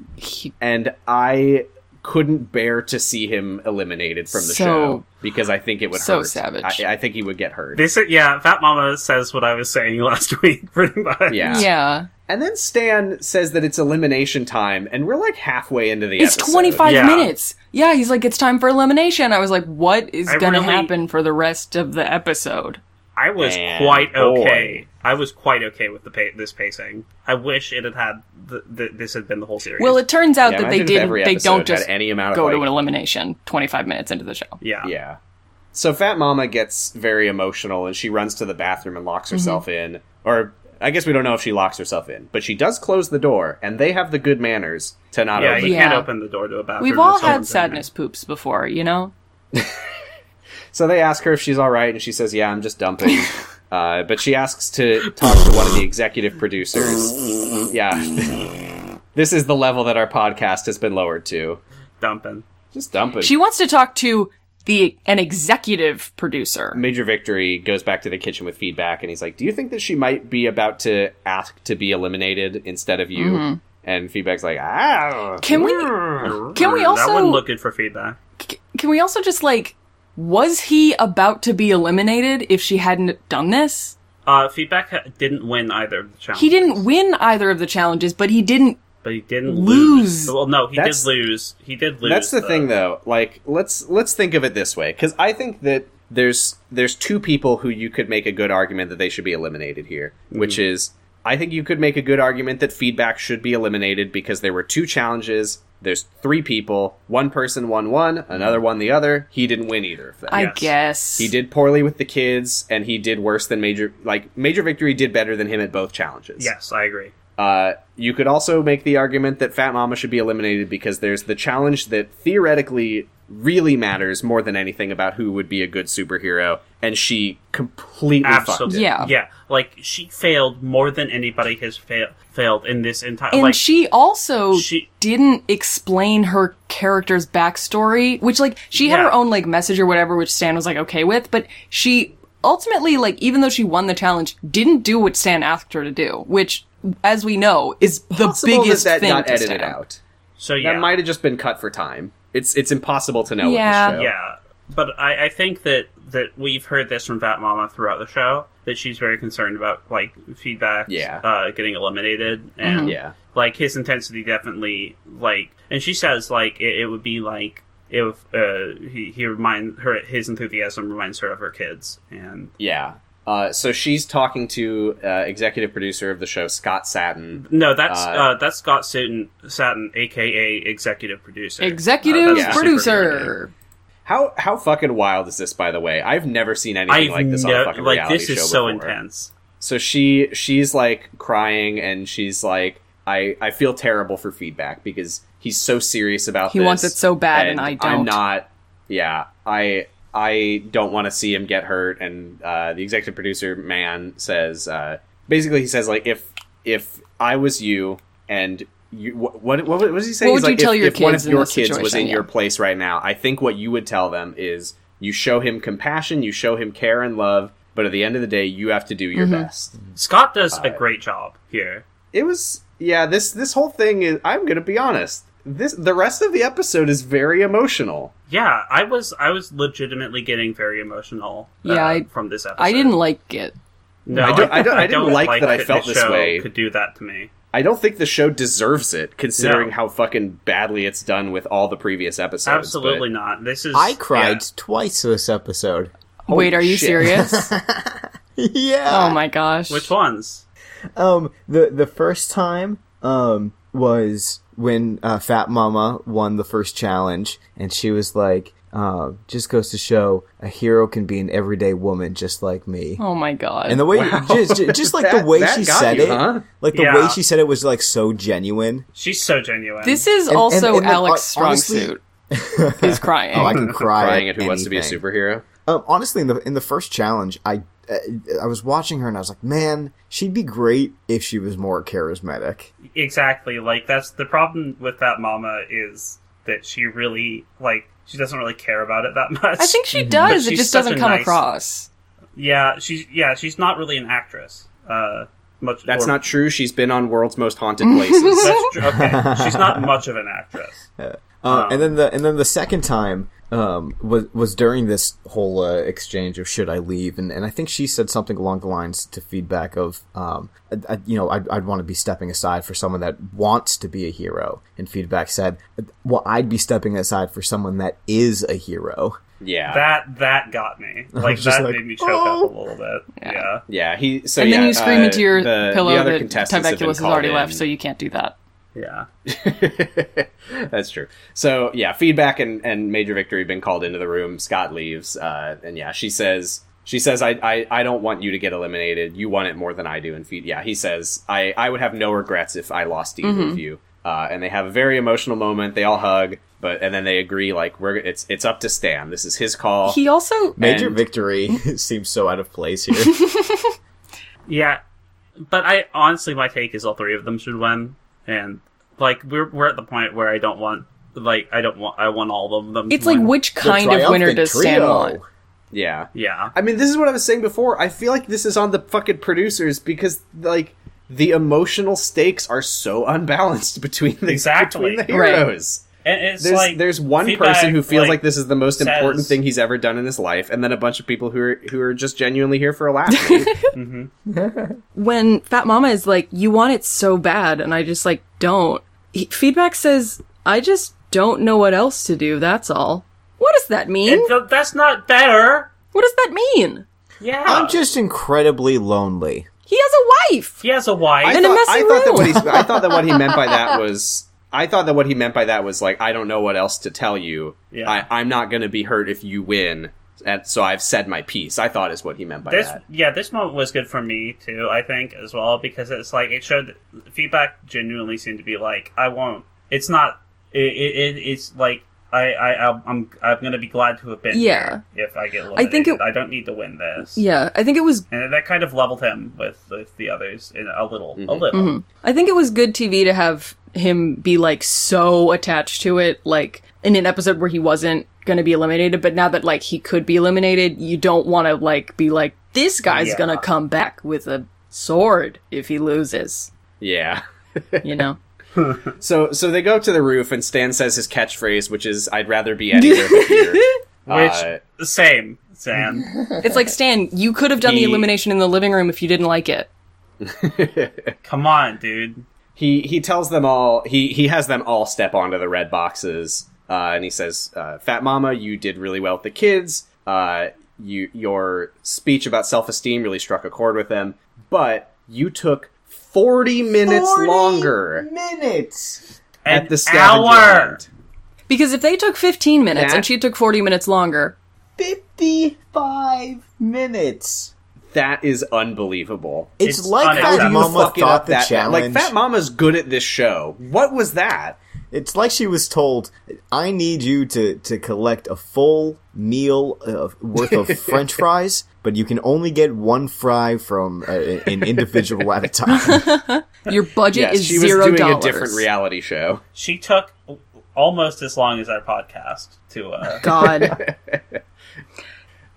and I couldn't bear to see him eliminated from the
So-
show because I think it would
so
hurt.
savage.
I, I think he would get hurt.
This is, yeah, Fat Mama says what I was saying last week, pretty much.
yeah.
Yeah.
And then Stan says that it's elimination time, and we're like halfway into the
It's
episode.
25
Yeah.
minutes. Yeah, he's like, it's time for elimination. I was like, what is
I
going to
really-
happen for the rest of the episode?
I was
And
quite
boy.
okay. I was quite okay with the pa- this pacing. I wish it had had the, the, this had been the whole series.
Well, it turns out
Yeah,
that
imagine
they
if
didn't.
every
They
episode
don't
had
just
any amount of
go to an
like-
elimination 25 minutes into the show.
yeah,
Yeah. So Fat Mama gets very emotional, and she runs to the bathroom and locks herself in. Or I guess we don't know if she locks herself in, but she does close the door, and they have the good manners to not
yeah.
open.
You
Yeah.
can't open the door to a bathroom.
We've
if
all had
someone's in there.
sadness poops before, you know?
So they ask her if she's all right, and she says, "Yeah, I'm just dumping." uh, but she asks to talk to one of the executive producers. Yeah. this is the level that our podcast has been lowered to.
Dumping.
Just dumping.
She wants to talk to the an executive producer.
Major Victory goes back to the kitchen with feedback, and he's like, "Do you think that she might be about to ask to be eliminated instead of you?" And feedback's like, "Ah,
Mm-hmm.
mm."
Can we can we also
that wouldn't look good for feedback?
can we also just like was he about to be eliminated if she hadn't done this?
Uh, feedback ha- didn't win either of the challenges.
He didn't win either of the challenges, but he didn't
but he didn't
lose.
lose. Well, no, he
That's-
did lose. He did lose.
That's the thing, though. Like, let's let's think of it this way, because I think that there's there's two people who you could make a good argument that they should be eliminated here, which is I think you could make a good argument that feedback should be eliminated because there were two challenges. There's three people. One person won one, another won the other. He didn't win either of them.
I
Yes.
guess.
he did poorly with the kids, and he did worse than Major. Like Major Victory did better than him at both challenges.
Yes, I agree.
Uh, you could also make the argument that Fat Mama should be eliminated because there's the challenge that theoretically really matters more than anything about who would be a good superhero, and she completely fucked
Absolutely.
it.
Yeah.
Yeah. Like she failed more than anybody has fail- failed in this entire.
And
like
she also
she-
didn't explain her character's backstory, which like she had
Yeah.
her own like message or whatever, which Stan was like okay with, but she ultimately like even though she won the challenge, didn't do what Stan asked her to do, which as we know is the
Possible
biggest
that, that
thing
got
to
edited
Stan.
out.
so
That
yeah.
might have just been cut for time. It's it's impossible to know. with
Yeah.
this show.
Yeah, but I, I think that that we've heard this from Fat Mama throughout the show that she's very concerned about like feedback,
Yeah.
uh, getting eliminated, and
Mm-hmm.
yeah.
like his intensity definitely like, and she says like it, it would be like if uh, he he remind her his enthusiasm reminds her of her kids, and
Yeah. Uh, so she's talking to uh, executive producer of the show, Scott Satin.
no, that's uh,
Uh,
that's Scott Sutton, Satin, aka executive producer,
Executive
Uh, that's the superhero name.
producer.
How how fucking wild is this? By the way, I've never seen anything
I've
like this on a
no-
fucking
like
reality
this
show
is so
before.
intense.
So she she's like crying and she's like I I feel terrible for feedback because he's so serious about
He
this,
wants it so bad and I
I'm
don't.
not yeah, I I don't want to see him get hurt and uh, the executive producer man says uh, basically he says like if if I was you and you, wh- what, what what was he saying?
What
He's
would you
like,
tell
if,
your
if one
kids
of
in
your
this
kids was in
situation?
your
Yeah.
place right now? I think what you would tell them is you show him compassion, you show him care and love, but at the end of the day, you have to do your
Mm-hmm.
best.
Scott does a great job here.
It was yeah. This this whole thing is. I'm gonna be honest. This the rest of the episode is very emotional.
Yeah, I was I was legitimately getting very emotional. uh,
Yeah, I-
from this episode.
I didn't like it.
No,
I don't- I don't- I didn't like that I felt
the
this
show
way.
Could do that to me.
I don't think the show deserves it, considering
No.
how fucking badly it's done with all the previous episodes. but-
Absolutely not. This is
I cried
yeah.
twice this episode.
Wait, are you
shit.
serious?
yeah.
oh my gosh.
Which ones?
Um, the the first time um was when uh, Fat Mama won the first challenge, and she was like, uh, "Just goes to show a hero can be an everyday woman just like me."
Oh my god.
And the way, just, just, like the
That-
way
that
she
got
said
you,
it,
huh?
like the
Yeah.
way she said it was like so genuine.
She's so genuine.
this is
and-
also
and, like,
Alex's
hon-
strong
honestly-
suit. He's crying.
Oh, I can cry
Crying at who wants to be a
anything.
superhero.
Um, honestly, in the in the first challenge, I uh, I was watching her and I was like, man, she'd be great if she was more charismatic.
exactly like that's the problem with that mama is that she really like she doesn't really care about it that much.
I think she
But
does. It
she's
just
such
doesn't
a
come
nice-
across.
Yeah, she's yeah she's not really an actress. Uh, much
That's
or-
not true. She's been on World's Most Haunted Places.
That's true. Okay, she's not much of an actress.
Uh, and then the and then the second time um, was was during this whole uh, exchange of should I leave and, and I think she said something along the lines to feedback of um, I, I- you know I'd, I'd want to be stepping aside for someone that wants to be a hero and feedback said well I'd be stepping aside for someone that is a hero
yeah.
That that got me. Like
just
that
like,
made me choke
"Oh."
up a little bit. Yeah.
yeah, he so
and then
yeah,
you scream
uh,
into your
the,
pillow
the other
that
contestants have been
Tibetulus has already
called
left,
in.
so you can't do that.
Yeah.
That's true. So yeah, feedback and, and major victory been called into the room. Scott leaves, uh, and yeah, she says she says I, I I don't want you to get eliminated. You want it more than I do. And feed yeah, he says I I would have no regrets if I lost either
Mm-hmm.
of you. Uh, and they have a very emotional moment. They all hug, but and then they agree like we're it's it's up to Stan. This is his
Oh.
call.
He also
major
And-
victory seems so out of place here
Yeah, but I honestly, my take is all three of them should win, and like we're we're at the point where I don't want like I don't want I want all of them. to
It's like
win.
which kind
The
of winner
triumphant
does Stan
trio.
want?
yeah.
yeah.
I mean, this is what I was saying before. I feel like this is on the fucking producers because like the emotional stakes are so unbalanced between the
Exactly.
between the
Right.
heroes.
And it's
There's
like
there's one
feedback,
person who feels like, this is the most
says-
important thing he's ever done in his life, and then a bunch of people who are who are just genuinely here for a laugh. dude.
when Fat Mama is like, "You want it so bad," and I just like don't. He, feedback says, "I just don't know what else to do." That's all. What does that mean?
And th- that's not better.
what does that mean?
Yeah,
I'm just incredibly lonely
He has a wife.
he has a wife.
I
In a
thought,
messy
I thought that
room.
what he I thought that what he meant by that was I thought that what he meant by that was like I don't know what else to tell you.
Yeah.
I, I'm not going to be hurt if you win, and so I've said my piece. I thought is what he meant by
this
that.
yeah, this moment was good for me too. I think as well because it's like it showed feedback genuinely seemed to be like I won't. It's not. It, it, it it's like. I, I I'll- I'm I'm gonna be glad to have been
Yeah.
here if I get eliminated.
I think it-
I don't need to win this.
Yeah, I think it was.
and that kind of leveled him with, with the others in a little, a little.
I think it was good TV to have him be like so attached to it, like in an episode where he wasn't going to be eliminated, but now that like he could be eliminated, you don't want to like be like this guy's
Yeah.
going to come back with a sword if he loses.
Yeah.
You know.
So so they go up to the roof and Stan says his catchphrase, which is "I'd rather be anywhere but here."
Which
Uh,
same, Sam.
It's like Stan, you could have done
He-
the elimination in the living room if you didn't like it.
Come on, dude.
he he tells them all he he has them all step onto the red boxes, uh, and he says, uh, "Fat Mama, you did really well with the kids. Uh, you your speech about self esteem really struck a chord with them, but you took forty minutes longer
minutes
An
at the scavenger
hour.
hunt."
Because if they took 15 minutes
That-
and she took 40 minutes longer,
fifty five minutes.
That is unbelievable.
It's,
It's
like
unacceptable.
Fat
How do you
Mama
fuck it
thought
up
the
that bad?
challenge.
like Fat Mama's good at this show. What was that?
It's like she was told, "I need you to to collect a full meal of, worth of French fries, but you can only get one fry from uh, an individual at a time."
Your budget
Yes,
is
she was
zero
doing
dollars.
a different reality show.
She took almost as long as our podcast to uh,
God,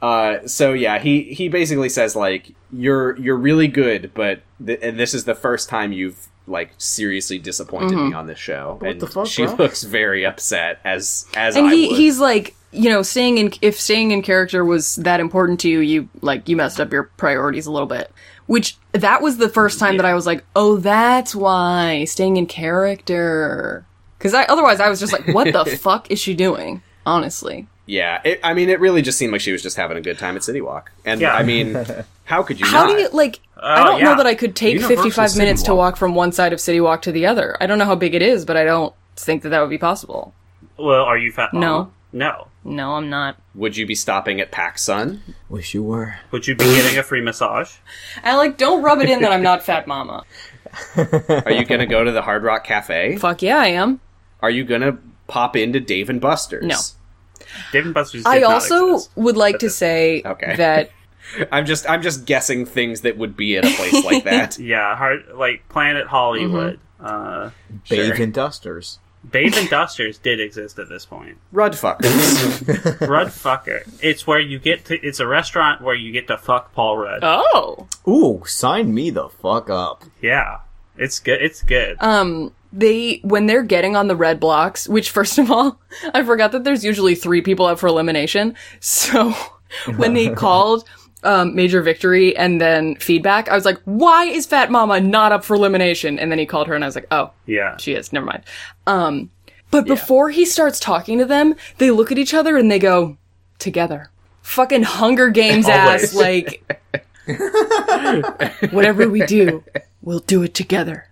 Uh, so yeah, he he basically says like you're you're really good, but th- and this is the first time you've like seriously disappointed me
Mm-hmm.
on this show. and
the fuck,
she
bro?
looks very upset as as
and
I
he
would.
he's like, you know, staying in if staying in character was that important to you, you like you messed up your priorities a little bit. Which that was the first time that I was like, oh, that's why staying in character. Because I otherwise I was just like, what the fuck is she doing? Honestly,
yeah. It, I mean, it really just seemed like she was just having a good time at City Walk, and
Yeah.
I mean, how could you?
how
not?
do you like? I don't
yeah.
know that I could take
Universal
fifty-five
City
minutes to
Walk.
walk from one side of City Walk to the other. I don't know how big it is, but I don't think that that would be possible.
well, are you fat?
No.
no.
No, I'm not.
Would you be stopping at Pac Sun?
Wish you were.
Would you be getting a free massage?
Alec, don't rub it in that I'm not Fat Mama.
Are you gonna go to the Hard Rock Cafe?
Fuck yeah, I am.
Are you gonna pop into Dave and Buster's?
No.
Dave and Buster's. Did
I
not
also
exist.
would like to say
Okay.
that
I'm just I'm just guessing things that would be at a place like that.
yeah, hard like Planet Hollywood.
Mm-hmm.
Uh,
Bathe in dusters.
Babe and Dusters did exist at this point.
Rudfuckers.
Rudd Fucker. It's where you get to. It's a restaurant where you get to fuck Paul Rudd.
oh,
Ooh, sign me the fuck up.
Yeah, it's good. It's good.
um, they when they're getting on the red blocks, which first of all, I forgot that there's usually three people up for elimination. So when they called. Um, major victory and then feedback. I was like, why is Fat Mama not up for elimination? And then he called her and I was like, oh,
yeah,
she is. Never mind. Um, but before he starts talking to them, they look at each other and they go, together. Fucking Hunger Games
Always.
ass, like, whatever we do, we'll do it together.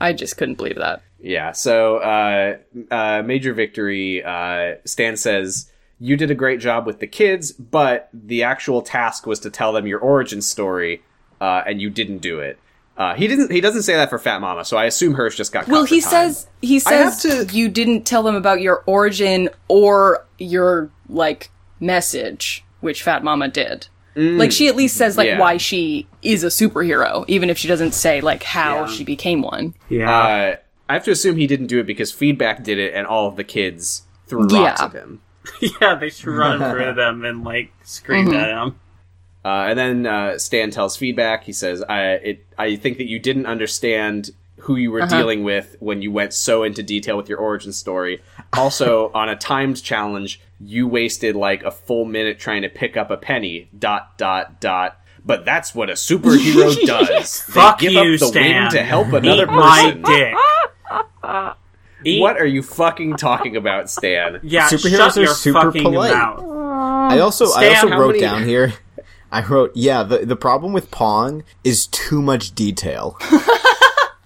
I just couldn't believe that.
Yeah. So, uh, uh, major victory. Uh, Stan says you did a great job with the kids, but the actual task was to tell them your origin story, uh, and you didn't do it. Uh, he didn't. He doesn't say that for Fat Mama, so I assume hers just got. Cut
Well,
for
he
time.
says, he
have
says
to-
you didn't tell them about your origin or your, like, message, which Fat Mama did. like, she at least says, like,
yeah.
why she is a superhero, even if she doesn't say, like, how she became one.
yeah.
Uh, I have to assume he didn't do it because feedback did it, and all of the kids threw rocks
Yeah.
at him.
Yeah, they should run through them and like scream
Mm-hmm.
at him.
Uh, and then uh, Stan tells feedback. He says, "I it, I think that you didn't understand who you were
Uh-huh.
dealing with when you went so into detail with your origin story. Also, on a timed challenge, you wasted like a full minute trying to pick up a penny. Dot dot dot." But that's what a superhero does. They
Fuck
give
you,
up the
Stan.
wing to help
Eat
another
my
person.
dick. Eat-
What are you fucking talking about, Stan?
Yeah,
Superheroes
shut
are
your
super
fucking
polite.
mouth.
I also I
Stan,
also
Um, how
wrote
many-
down here. I wrote, yeah. The the problem with Pong is too much detail.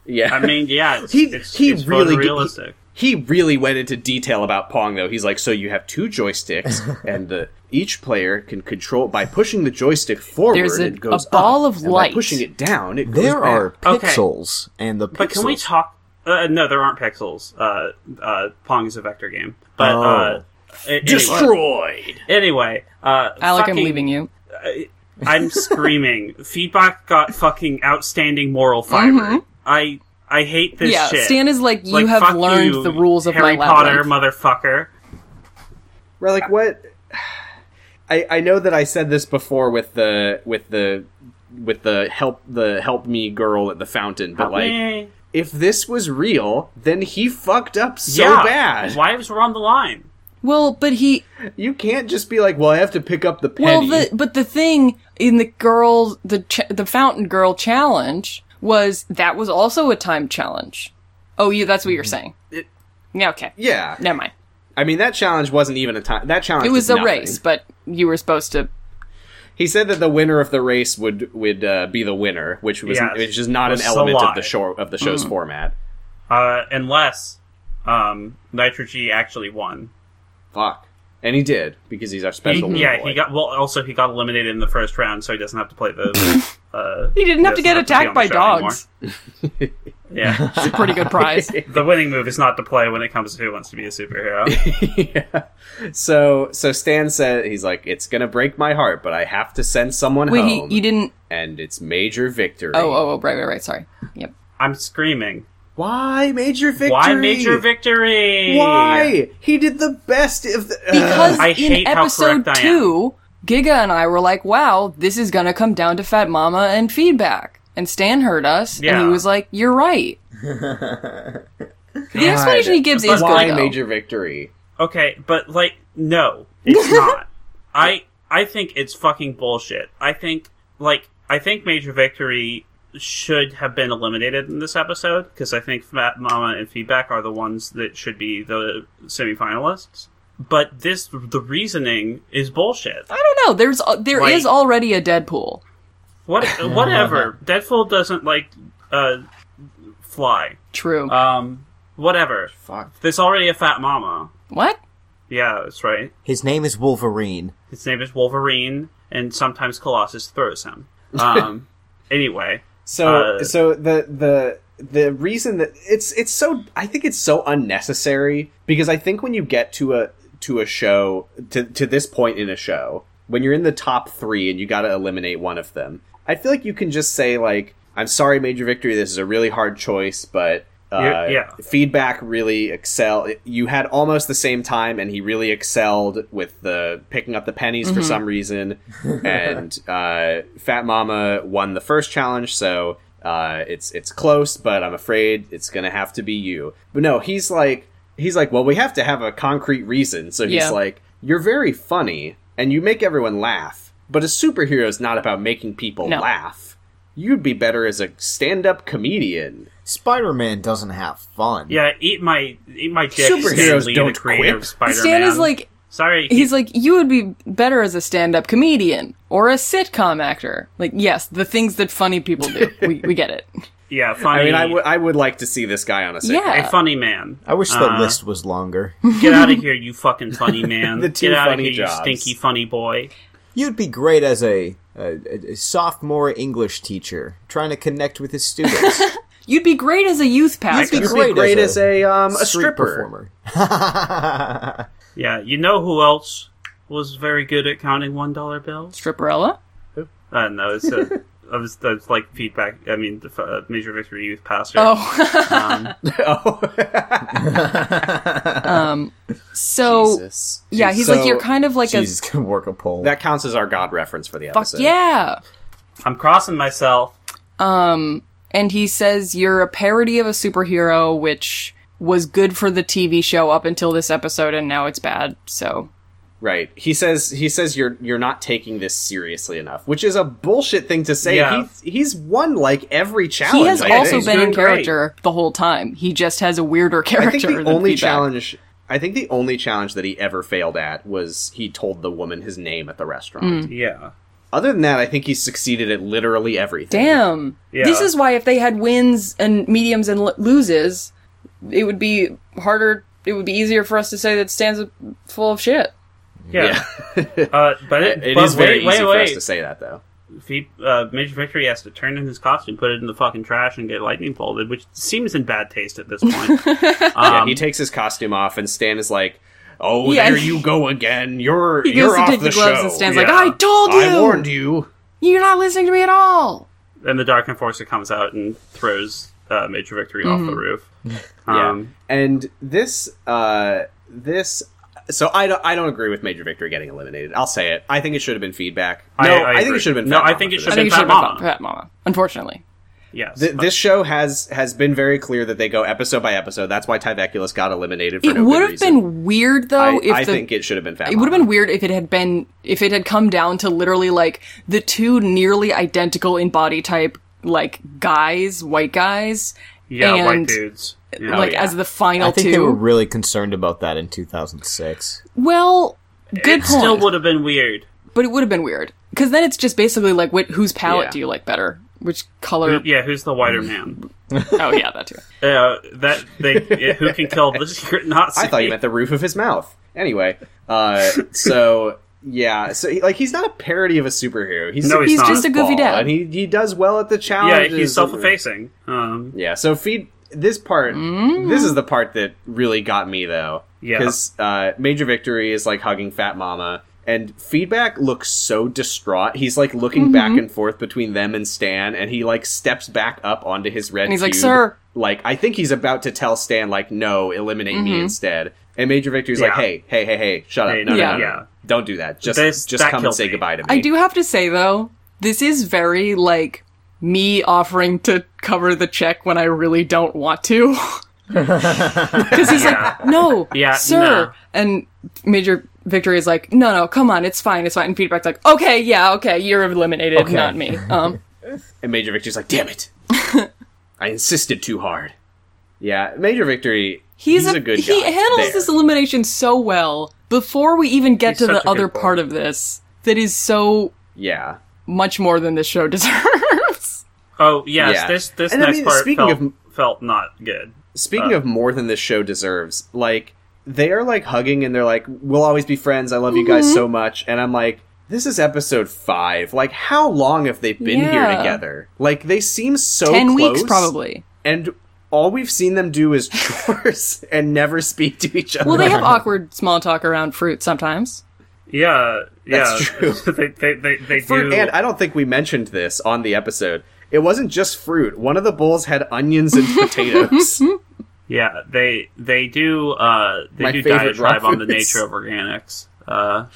Yeah.
I mean, yeah, it's,
He-
it's,
he
it's
really did-
realistic.
he really went into detail about Pong, though. He's like, so you have two joysticks, and the, each player can control by pushing the joystick forward.
There's a-
it goes
a ball
up,
of
and
light.
by pushing it down. It goes
There
back.
are
Okay.
pixels, and the pixels.
But can we talk? Uh, no, there aren't pixels. Uh, uh, Pong is a vector game. But
Oh.
uh, a- anyway-
destroyed.
Anyway, uh,
Alec,
fucking,
I'm leaving you.
I'm screaming. Feedback got fucking outstanding moral fiber. I I hate this
Mm-hmm. yeah,
shit.
Stan is like, you
Like,
have
fuck
learned
you,
the rules of
Harry
my
Potter,
labyrinth.
motherfucker.
Relic, what? I I know that I said this before with the with the with the help the help me girl at the fountain, but like
Eh.
if this was real, then he fucked up so
yeah,
bad.
Wives were on the line.
well, but he,
You can't just be like, well, I have to pick up the
well,
penny.
the but the thing in the girl, the ch- the fountain girl challenge was that was also a time challenge. Oh, yeah, that's what you're saying. yeah, okay,
yeah.
never mind.
I mean, that challenge wasn't even a time. That challenge.
It was a
nothing.
race, but you were supposed to.
He said that the winner of the race would would uh, be the winner, which was
Yes.
which is not
Was
an
a
element
lie.
of the show of the
Mm.
show's format.
Uh, unless um, Nitrogy actually won.
Fuck. And he did because he's our
He-
special.
yeah,
boy.
he got well. Also, he got eliminated in the first round, so he doesn't have to play the. uh,
He didn't have to
doesn't
get
be
attacked
on the
by
show
dogs.
anymore. Yeah.
It's a pretty good prize.
the winning move is not to play when it comes to who wants to be a superhero.
yeah. So so Stan said he's like, it's gonna break my heart, but I have to send someone
Wait, he,
home.
you didn't.
and it's Major Victory.
Oh, oh, oh, right, right, right. Sorry. Yep.
I'm screaming.
Why Major Victory?
Why major victory?
Why? He did the best of the uh,
Because
I
in
hate how
episode
correct I am.
two, Giga and I were like, wow, this is going to come down to Fat Mama and feedback. And Stan heard us, and
Yeah.
he was like, you're right. The explanation he gives is
why
good. though.
Major Victory?
Okay, but like, no, it's not. I I think it's fucking bullshit. I think like I think Major Victory should have been eliminated in this episode because I think Fat Mama and Feedback are the ones that should be the semifinalists. But this the reasoning is bullshit.
I don't know. There's uh, there is
Right.
already a Deadpool.
What whatever. Deadpool doesn't like uh fly.
True.
Um whatever.
Fuck.
There's already a Fat Mama.
what?
Yeah, that's right.
His name is Wolverine.
His name is Wolverine, and sometimes Colossus throws him. Um, anyway,
So
Uh,
so the the the reason that it's it's so I think it's so unnecessary because I think when you get to a to a show to to this point in a show when you're in the top 3 and you got to eliminate one of them I feel like you can just say like I'm sorry major victory this is a really hard choice but uh,
Yeah, yeah.
feedback really excel you had almost the same time and he really excelled with the picking up the pennies
Mm-hmm.
for some reason and uh, fat mama won the first challenge so uh, it's it's close but i'm afraid it's gonna have to be you but no he's like he's like well we have to have a concrete reason so he's
Yeah.
like you're very funny and you make everyone laugh but a superhero is not about making people
No.
laugh you'd be better as a stand-up comedian
Spider Man doesn't have fun.
yeah, eat my eat my dick.
Superheroes
Stan Lee,
don't
the creator
quip.
of Spider-Man.
Stan is like
sorry,
he's like you would be better as a stand-up comedian or a sitcom actor. Like yes, the things that funny people do. we, we get it.
yeah,
I
funny.
mean, I would I would like to see this guy on a sitcom.
Yeah.
a funny man.
I wish that
Uh-huh.
Uh,
list was longer.
Get out of here, you fucking funny man.
The two
Get out
funny
of here,
jobs.
you stinky funny boy.
You'd be great as a, a, a sophomore English teacher trying to connect with his students.
You'd be great as a youth
You'd
pastor.
be great, as a,
uh,
um, a
street
stripper.
performer.
Yeah, you know who else was very good at counting one dollar bills?
Stripperella.
I don't know. It's a, I was, I was like feedback. I mean, the, uh, major victory youth pastor.
Oh,
Um,
so
Jesus.
Oh, yeah, he's like
So,
you're kind of like
Jesus can work a poll.
That counts as our god reference for the
a fuck
episode.
yeah.
I'm crossing myself.
and he says you're a parody of a superhero which was good for the TV show up until this episode and now it's bad. So,
Right. He says he says you're you're not taking this seriously enough, which is a bullshit thing to say.
Yeah.
He, he's won like every challenge.
he has
I
also
think.
been in
doing great.
character the whole time. He just has a weirder
I
character
think the
than
only
Feedback.
challenge I think the only challenge that he ever failed at was he told the woman his name at the restaurant.
Mm.
Yeah.
Other than that, I think he succeeded at literally everything.
Damn.
Yeah.
This is why if they had wins and mediums and l- loses, it would be harder it would be easier for us to say that Stan's full of shit.
Yeah.
Yeah.
Uh, but it,
It
but
is very
wait, wait,
easy for us
wait.
to say that though.
If he, uh, Major Victory has to turn in his costume, put it in the fucking trash, and get lightning bolted, which seems in bad taste at this point.
Yeah,
Um,
he takes his costume off, and Stan is like, "Oh,
Yeah.
there you go again. You're
He
you're
goes to
off
take
the,
the, gloves
show.
and Stan's
Yeah.
like, "I told you.
I warned you."
You're not listening to me at all."
and the Dark Enforcer comes out and throws uh, Major Victory off
Mm-hmm.
the roof. Um,
And this uh this so I don't I don't agree with Major Victory getting eliminated. I'll say it. I think it should have been feedback. No,
I- I
think
agree.
it should have been.
No,
Fat
I
Mama
think it
for
should
this.
I
have
think
been
it should have
Fat
been
Mama.
Fat- Fat Mama, unfortunately.
Yes.
Th- this show has has been very clear that they go episode by episode. That's why Tyveculus got eliminated. For
It
no
would
good
have
reason.
been weird though
I,
if
I
the
think it should have been Fat.
it would have been weird if it had been if it had come down to literally like the two nearly identical in body type like guys, white guys,
yeah, white
and-
dudes. Yeah.
like
Oh, yeah.
as the final
I think
two.
they were really concerned about that in 2006.
well, good
it
point,
still would have been weird.
but it would have been weird because then it's just basically like what whose palette
Yeah.
do you like better, which color?
Yeah, who's the whiter
Mm.
man?
oh yeah, that too.
Uh, that they, yeah, who can kill the secret Nazi?
I thought you meant the roof of his mouth. Anyway, uh, so yeah, so he, like he's not a parody of a superhero. He's
No,
a
he's
goofball,
not.
just a goofy dad.
and he he does well at the
yeah,
challenges.
he's self-effacing. Um,
Yeah, so feed this part. This is the part that really got me though.
Yeah.
because uh, Major Victory is like hugging Fat Mama, and feedback looks so distraught. He's like looking
Mm-hmm.
back and forth between them and Stan, and he like steps back up onto his red.
And he's like,
cube.
"Sir."
like I think he's about to tell Stan, like, no, eliminate me instead. And Major Victory's like,
Mm-hmm. Yeah.
hey, hey, hey, hey, shut
Hey,
up, no, no,
yeah.
no, no,
Yeah.
no, don't do that. Just,
This-
just
that
come and
killed
say
me.
goodbye to me.
I do have to say though, this is very like me offering to cover the check when I really don't want to. Because he's like, no,
Yeah,
sir.
no.
And Major Victory is like, no, no, come on, it's fine, it's fine. And Feedback's like, okay, yeah, okay, you're eliminated, not me. Um,
And Major Victory's like, damn it. I insisted too hard. Yeah, Major Victory, he's, a, good guy.
He handles
there.
this elimination so well before we even get
He's
to
such a
the
good
other
boy.
part of this that is so
Yeah.
much more than this show deserves.
Oh yes,
Yeah.
this this
And I
next
mean,
part
speaking
felt,
of-
felt not good.
Speaking of more than this show deserves, like, they are like hugging and they're like, we'll always be friends. I love you
Mm-hmm.
guys so much. And I'm like, this is episode five. Like, how long have they been here
Yeah.
together? Like, they seem so
Ten weeks
close,
probably.
And all we've seen them do is chores and never speak to each other.
Well, they have awkward small talk around fruit sometimes.
Yeah, yeah,
That's true.
they they they, they
fruit,
do.
and I don't think we mentioned this on the episode. It wasn't just fruit. One of the bowls had onions and potatoes.
yeah, they they do. Uh, they
My
do
favorite
diatribe
raw
on the
foods.
nature of organics. Uh,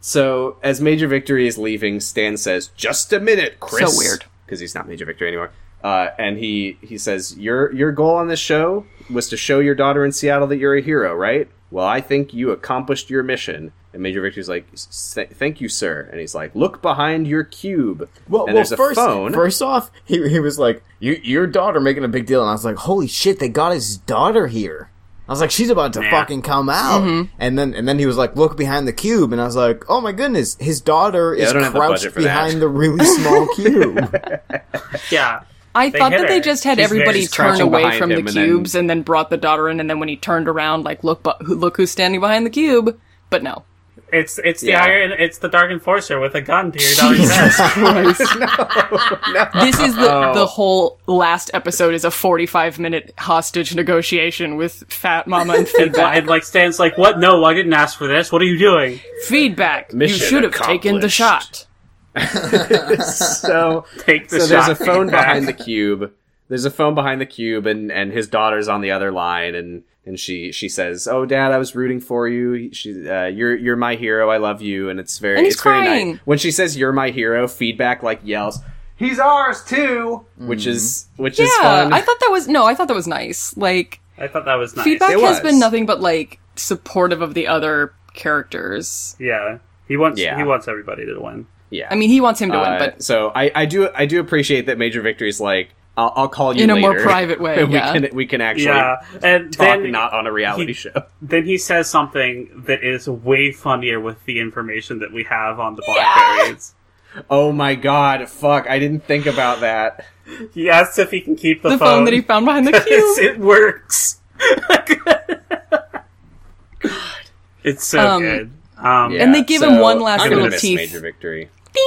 so as Major Victory is leaving, Stan says, "Just a minute, Chris."
So weird.
because he's not Major Victory anymore. Uh, and he he says, "Your your goal on this show was to show your daughter in Seattle that you're a hero, right? Well, I think you accomplished your mission." And Major Victory's like, "S- "Thank you, sir." And he's like, "Look behind your cube."
Well,
and
well
there's
first,
a phone.
first off, he, he was like, "Your your daughter making a big deal," and I was like, "Holy shit, they got his daughter here!" I was like, "She's about to
Yeah.
fucking come out."
Mm-hmm.
And then and then he was like, "Look behind the cube," and I was like, "Oh my goodness, his daughter
I
is
don't have the
crouched
budget for that.
behind the really small cube."
yeah,
I thought
hit
that they
her.
just had
She's
everybody
there.
She's
turn
crouching
away
behind
from the
him and then-
cubes and then brought the daughter in, and then when he turned around, like look, bu- who- look who's standing behind the cube. But no,
it's it's the
Yeah.
iron, it's the dark enforcer with a gun to your daughter's head.
this is the
Oh.
the whole last episode is a forty five minute hostage negotiation with Fat Mama and
And,
feedback.
and like Stan's like, what? No, I didn't ask for this. What are you doing?
feedback, you
Mission
should have taken the
accomplished.
shot.
so
Take the
so
shot.
there's a phone
back.
behind the cube. There's a phone behind the cube, and and his daughter's on the other line, and and she she says, "Oh, Dad, I was rooting for you. She, uh, you're you're my hero. I love you." And it's very
And he's
it's very
crying.
nice when she says, "You're my hero." Feedback like yells, "He's ours too," which is which is
Mm-hmm. Yeah,
fun.
I thought that was no, I thought that was nice. Like
I thought that was nice.
feedback
It
has
was.
been nothing but like supportive of the other characters.
Yeah, he wants
Yeah.
he wants everybody to win.
yeah,
I mean, he wants him to win,
Uh,
but
so I, I do I do appreciate that Major Victory's like I'll, I'll call you
In a more
later."
private way,
we
yeah.
can we can actually
Yeah, and
talk
then
not on a reality
he-
show.
then he says something that is way funnier with the information that we have on the blackberries.
Oh my god, fuck! I didn't think about that.
He asks if he can keep the,
the phone that he found behind the
Yes,
cube.
it works. it's so
Um,
good. Um,
Yeah,
And they give him one last
I'm gonna
little
miss
teeth. Hmm.
Major victory.
Ding.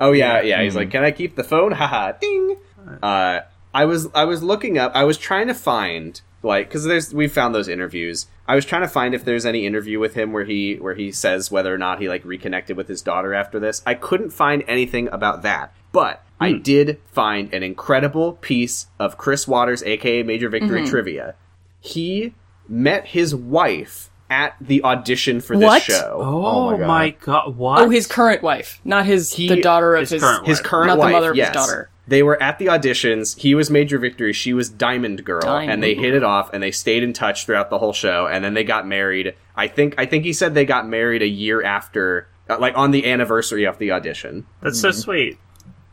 Oh yeah, yeah. He's like, "Can I keep the phone?" Haha. Ding. Uh, I was I was looking up. I was trying to find like because there's we found those interviews. I was trying to find if there's any interview with him where he where he says whether or not he like reconnected with his daughter after this. I couldn't find anything about that, but I
Hmm.
did find an incredible piece of Chris Waters, aka Major Victory
Mm-hmm.
trivia. He met his wife at the audition for this
What?
show.
Oh, my, god. What?
Oh, his current wife, not his
He-
the daughter of
his
his.
current
his
wife.
current
Not the
wife,
mother of his
yes.
daughter.
They were at the auditions. He was Major Victory. She was Diamond Girl,
Diamond
and they hit it off. And they stayed in touch throughout the whole show. And then they got married. I think. I think he said they got married a year after, uh, like on the anniversary of the audition.
That's so sweet.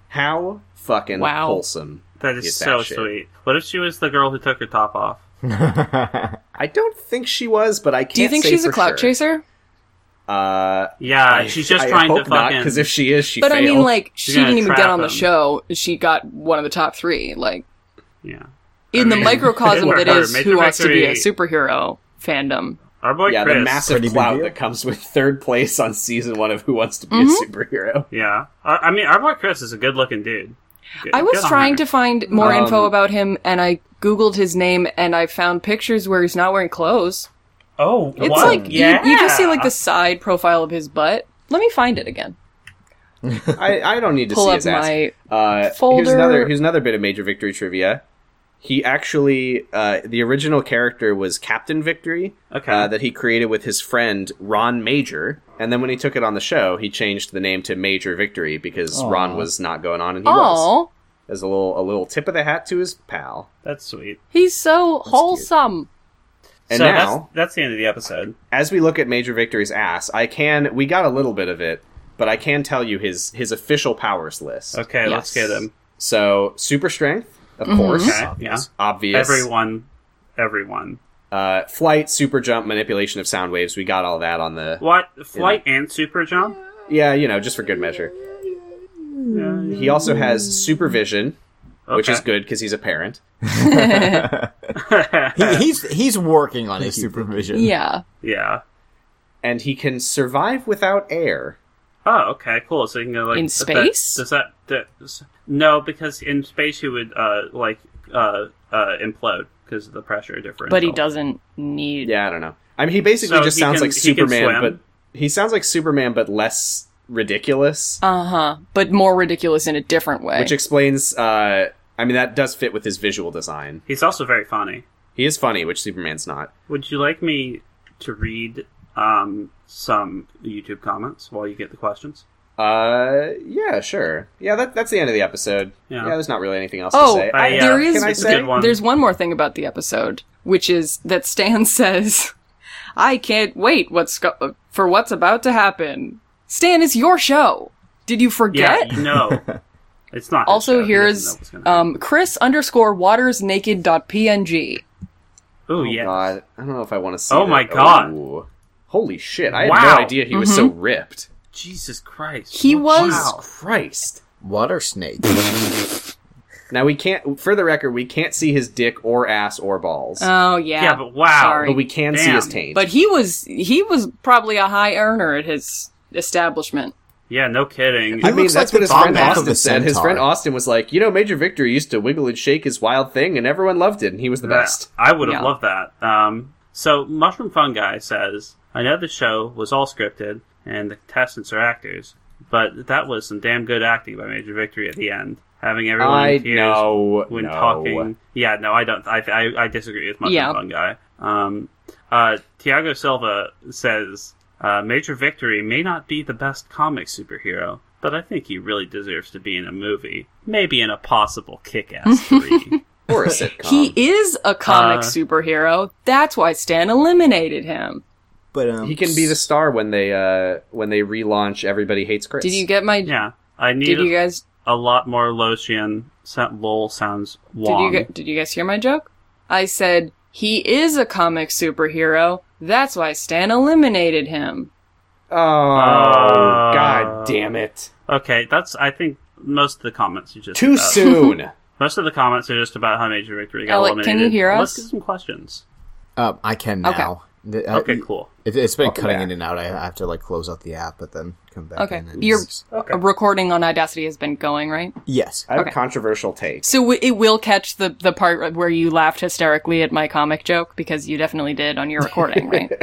How fucking
Wow.
wholesome!
That is
Get that
so
shit.
sweet. What if she was the girl who took her top off?
I don't think she was, but I can't.
Do you think
say
she's a
for
clout
sure.
chaser?
Uh,
Yeah, she's just
I
trying
hope
to fucking.
because if she is, she.
But I mean,
failed.
like she
gonna
didn't even get
trap
on the
him.
show. She got one of the top three. Like
yeah.
in the microcosm
it
that
worked.
is
Major
who wants to be a
Victory-
superhero fandom.
Our boy
yeah,
Chris.
the massive
Pretty big
clout
deal.
that comes with third place on season one of Who Wants to Be
Mm-hmm.
a Superhero.
yeah, I, I mean, our boy Chris is a good-looking dude. Good-
I
good
was
on
trying
her.
to find more
Um,
info about him, and I googled his name, and I found pictures where he's not wearing clothes.
Oh,
It's
what?
like you-
yeah.
you, just see like the side profile of his butt. Let me find it again.
I, I don't need to
Pull
see
up
his ass.
my
Uh, Here's
folder.
another here's another bit of major victory trivia. He actually uh, the original character was Captain Victory,
Okay.
uh, that he created with his friend Ron Major, and then when he took it on the show, he changed the name to Major Victory because Ron was not going on, and he was
Oh,
as a little a little tip of the hat to his pal.
That's sweet.
he's so wholesome.
And
so
now,
that's, that's the end of the episode.
as we look at Major Victory's ass, I can we got a little bit of it, but I can tell you his his official powers list.
Okay, let's
Yes.
get him.
So super strength, of course,
Okay, yeah.
obvious.
Everyone, everyone.
Uh, flight, super jump, manipulation of sound waves. We got all that on the.
What flight and super jump?
Yeah, you know, just for good measure. He also has supervision, which
Okay.
is good because he's a parent.
He, he's he's working on his supervision.
Yeah.
Yeah.
And he can survive without air.
Oh, okay, cool. So you can go like
In
does
space?
That, does that, does- no? Because in space you would uh like uh uh implode because of the pressure difference.
but he doesn't need.
Yeah, I don't know. I mean, he basically
So
just
he
sounds
can-
like
he can
Superman, but
swim?
he sounds like Superman, but less ridiculous,
Uh huh. But more ridiculous in a different way.
which explains. Uh, I mean, that does fit with his visual design.
He's also very funny.
He is funny, which Superman's not.
Would you like me to read um some YouTube comments while you get the questions?
Uh, yeah, sure. Yeah, that, that's the end of the episode. Yeah,
Yeah.
there's not really anything else
Oh,
to say.
I, uh,
there
can
is
I say-
Good one.
there's one more thing about the episode, which is that Stan says, "I can't wait what's go- for what's about to happen." Stan, it's your show. Did you
Yeah,
forget?
you know, it's not. his show.
also,
He
here's
doesn't know what's gonna
um, Chris underscore Waters Naked dot PNG.
happen.
um,
Ooh,
Oh
yes.
god, I don't know if I want to see.
Oh
that.
my God.
Ooh. Holy shit! I had
Wow. Mm-hmm.
no idea he was so ripped.
Jesus Christ.
He was-
Jesus
Wow.
Christ!
Water snake.
Now we can't. For the record, we can't see his dick or ass or balls,
Uh,
Oh yeah.
Yeah, but wow.
but
Sorry.
we can see
Damn.
his taint.
But he was he was probably a high earner at his establishment.
Yeah, no kidding.
I
He
mean,
looks
that's what
like
his
the
friend
bottom half of
Austin
a
said. His
centaur.
friend Austin was like, "You know, Major Victor used to wiggle and shake his wild thing, and everyone loved it, and he was the
That-
best."
I would have
Yeah.
loved that. Um, so Mushroom Fungi says, I know the show was all scripted and the contestants are actors, but that was some damn good acting by Major Victory at the end. Having everyone
I
in tears
know.
when
no.
talking. Yeah, no, I don't. I, I, I disagree with Mushroom
Yeah.
Fungi. Um, uh, Tiago Silva says, uh, Major Victory may not be the best comic superhero, but I think he really deserves to be in a movie. Maybe in a possible Kick-Ass 3.
or a sitcom.
He is a comic
Um, Uh,
superhero. That's why Stan eliminated him.
But um,
He can be the star when they uh when they relaunch Everybody Hates Chris.
Did you get my?
yeah. I need
Did
a-
you guys
a lot more Lotian. Sa- Lol sounds
Did
long.
you, gu- did you guys hear my joke? I said, he is a comic superhero. That's why Stan eliminated him.
Oh,
Uh,
god damn it.
okay, that's I think most of the comments are just
Too
about-
soon.
Most of the comments are just about how Major Victory got
Alec, can you
eliminated.
hear us?
Let's get some questions.
uh, I can now. The- uh,
Okay, cool.
It, it's been cutting
back.
in and out. I I have to like close out the app, but then come back.
Okay.
in and
You're-
Okay.
A recording on Audacity has been going, right?
yes.
I have
Okay.
a controversial take.
So w- it will catch the, the part where you laughed hysterically at my comic joke because you definitely did on your recording, right?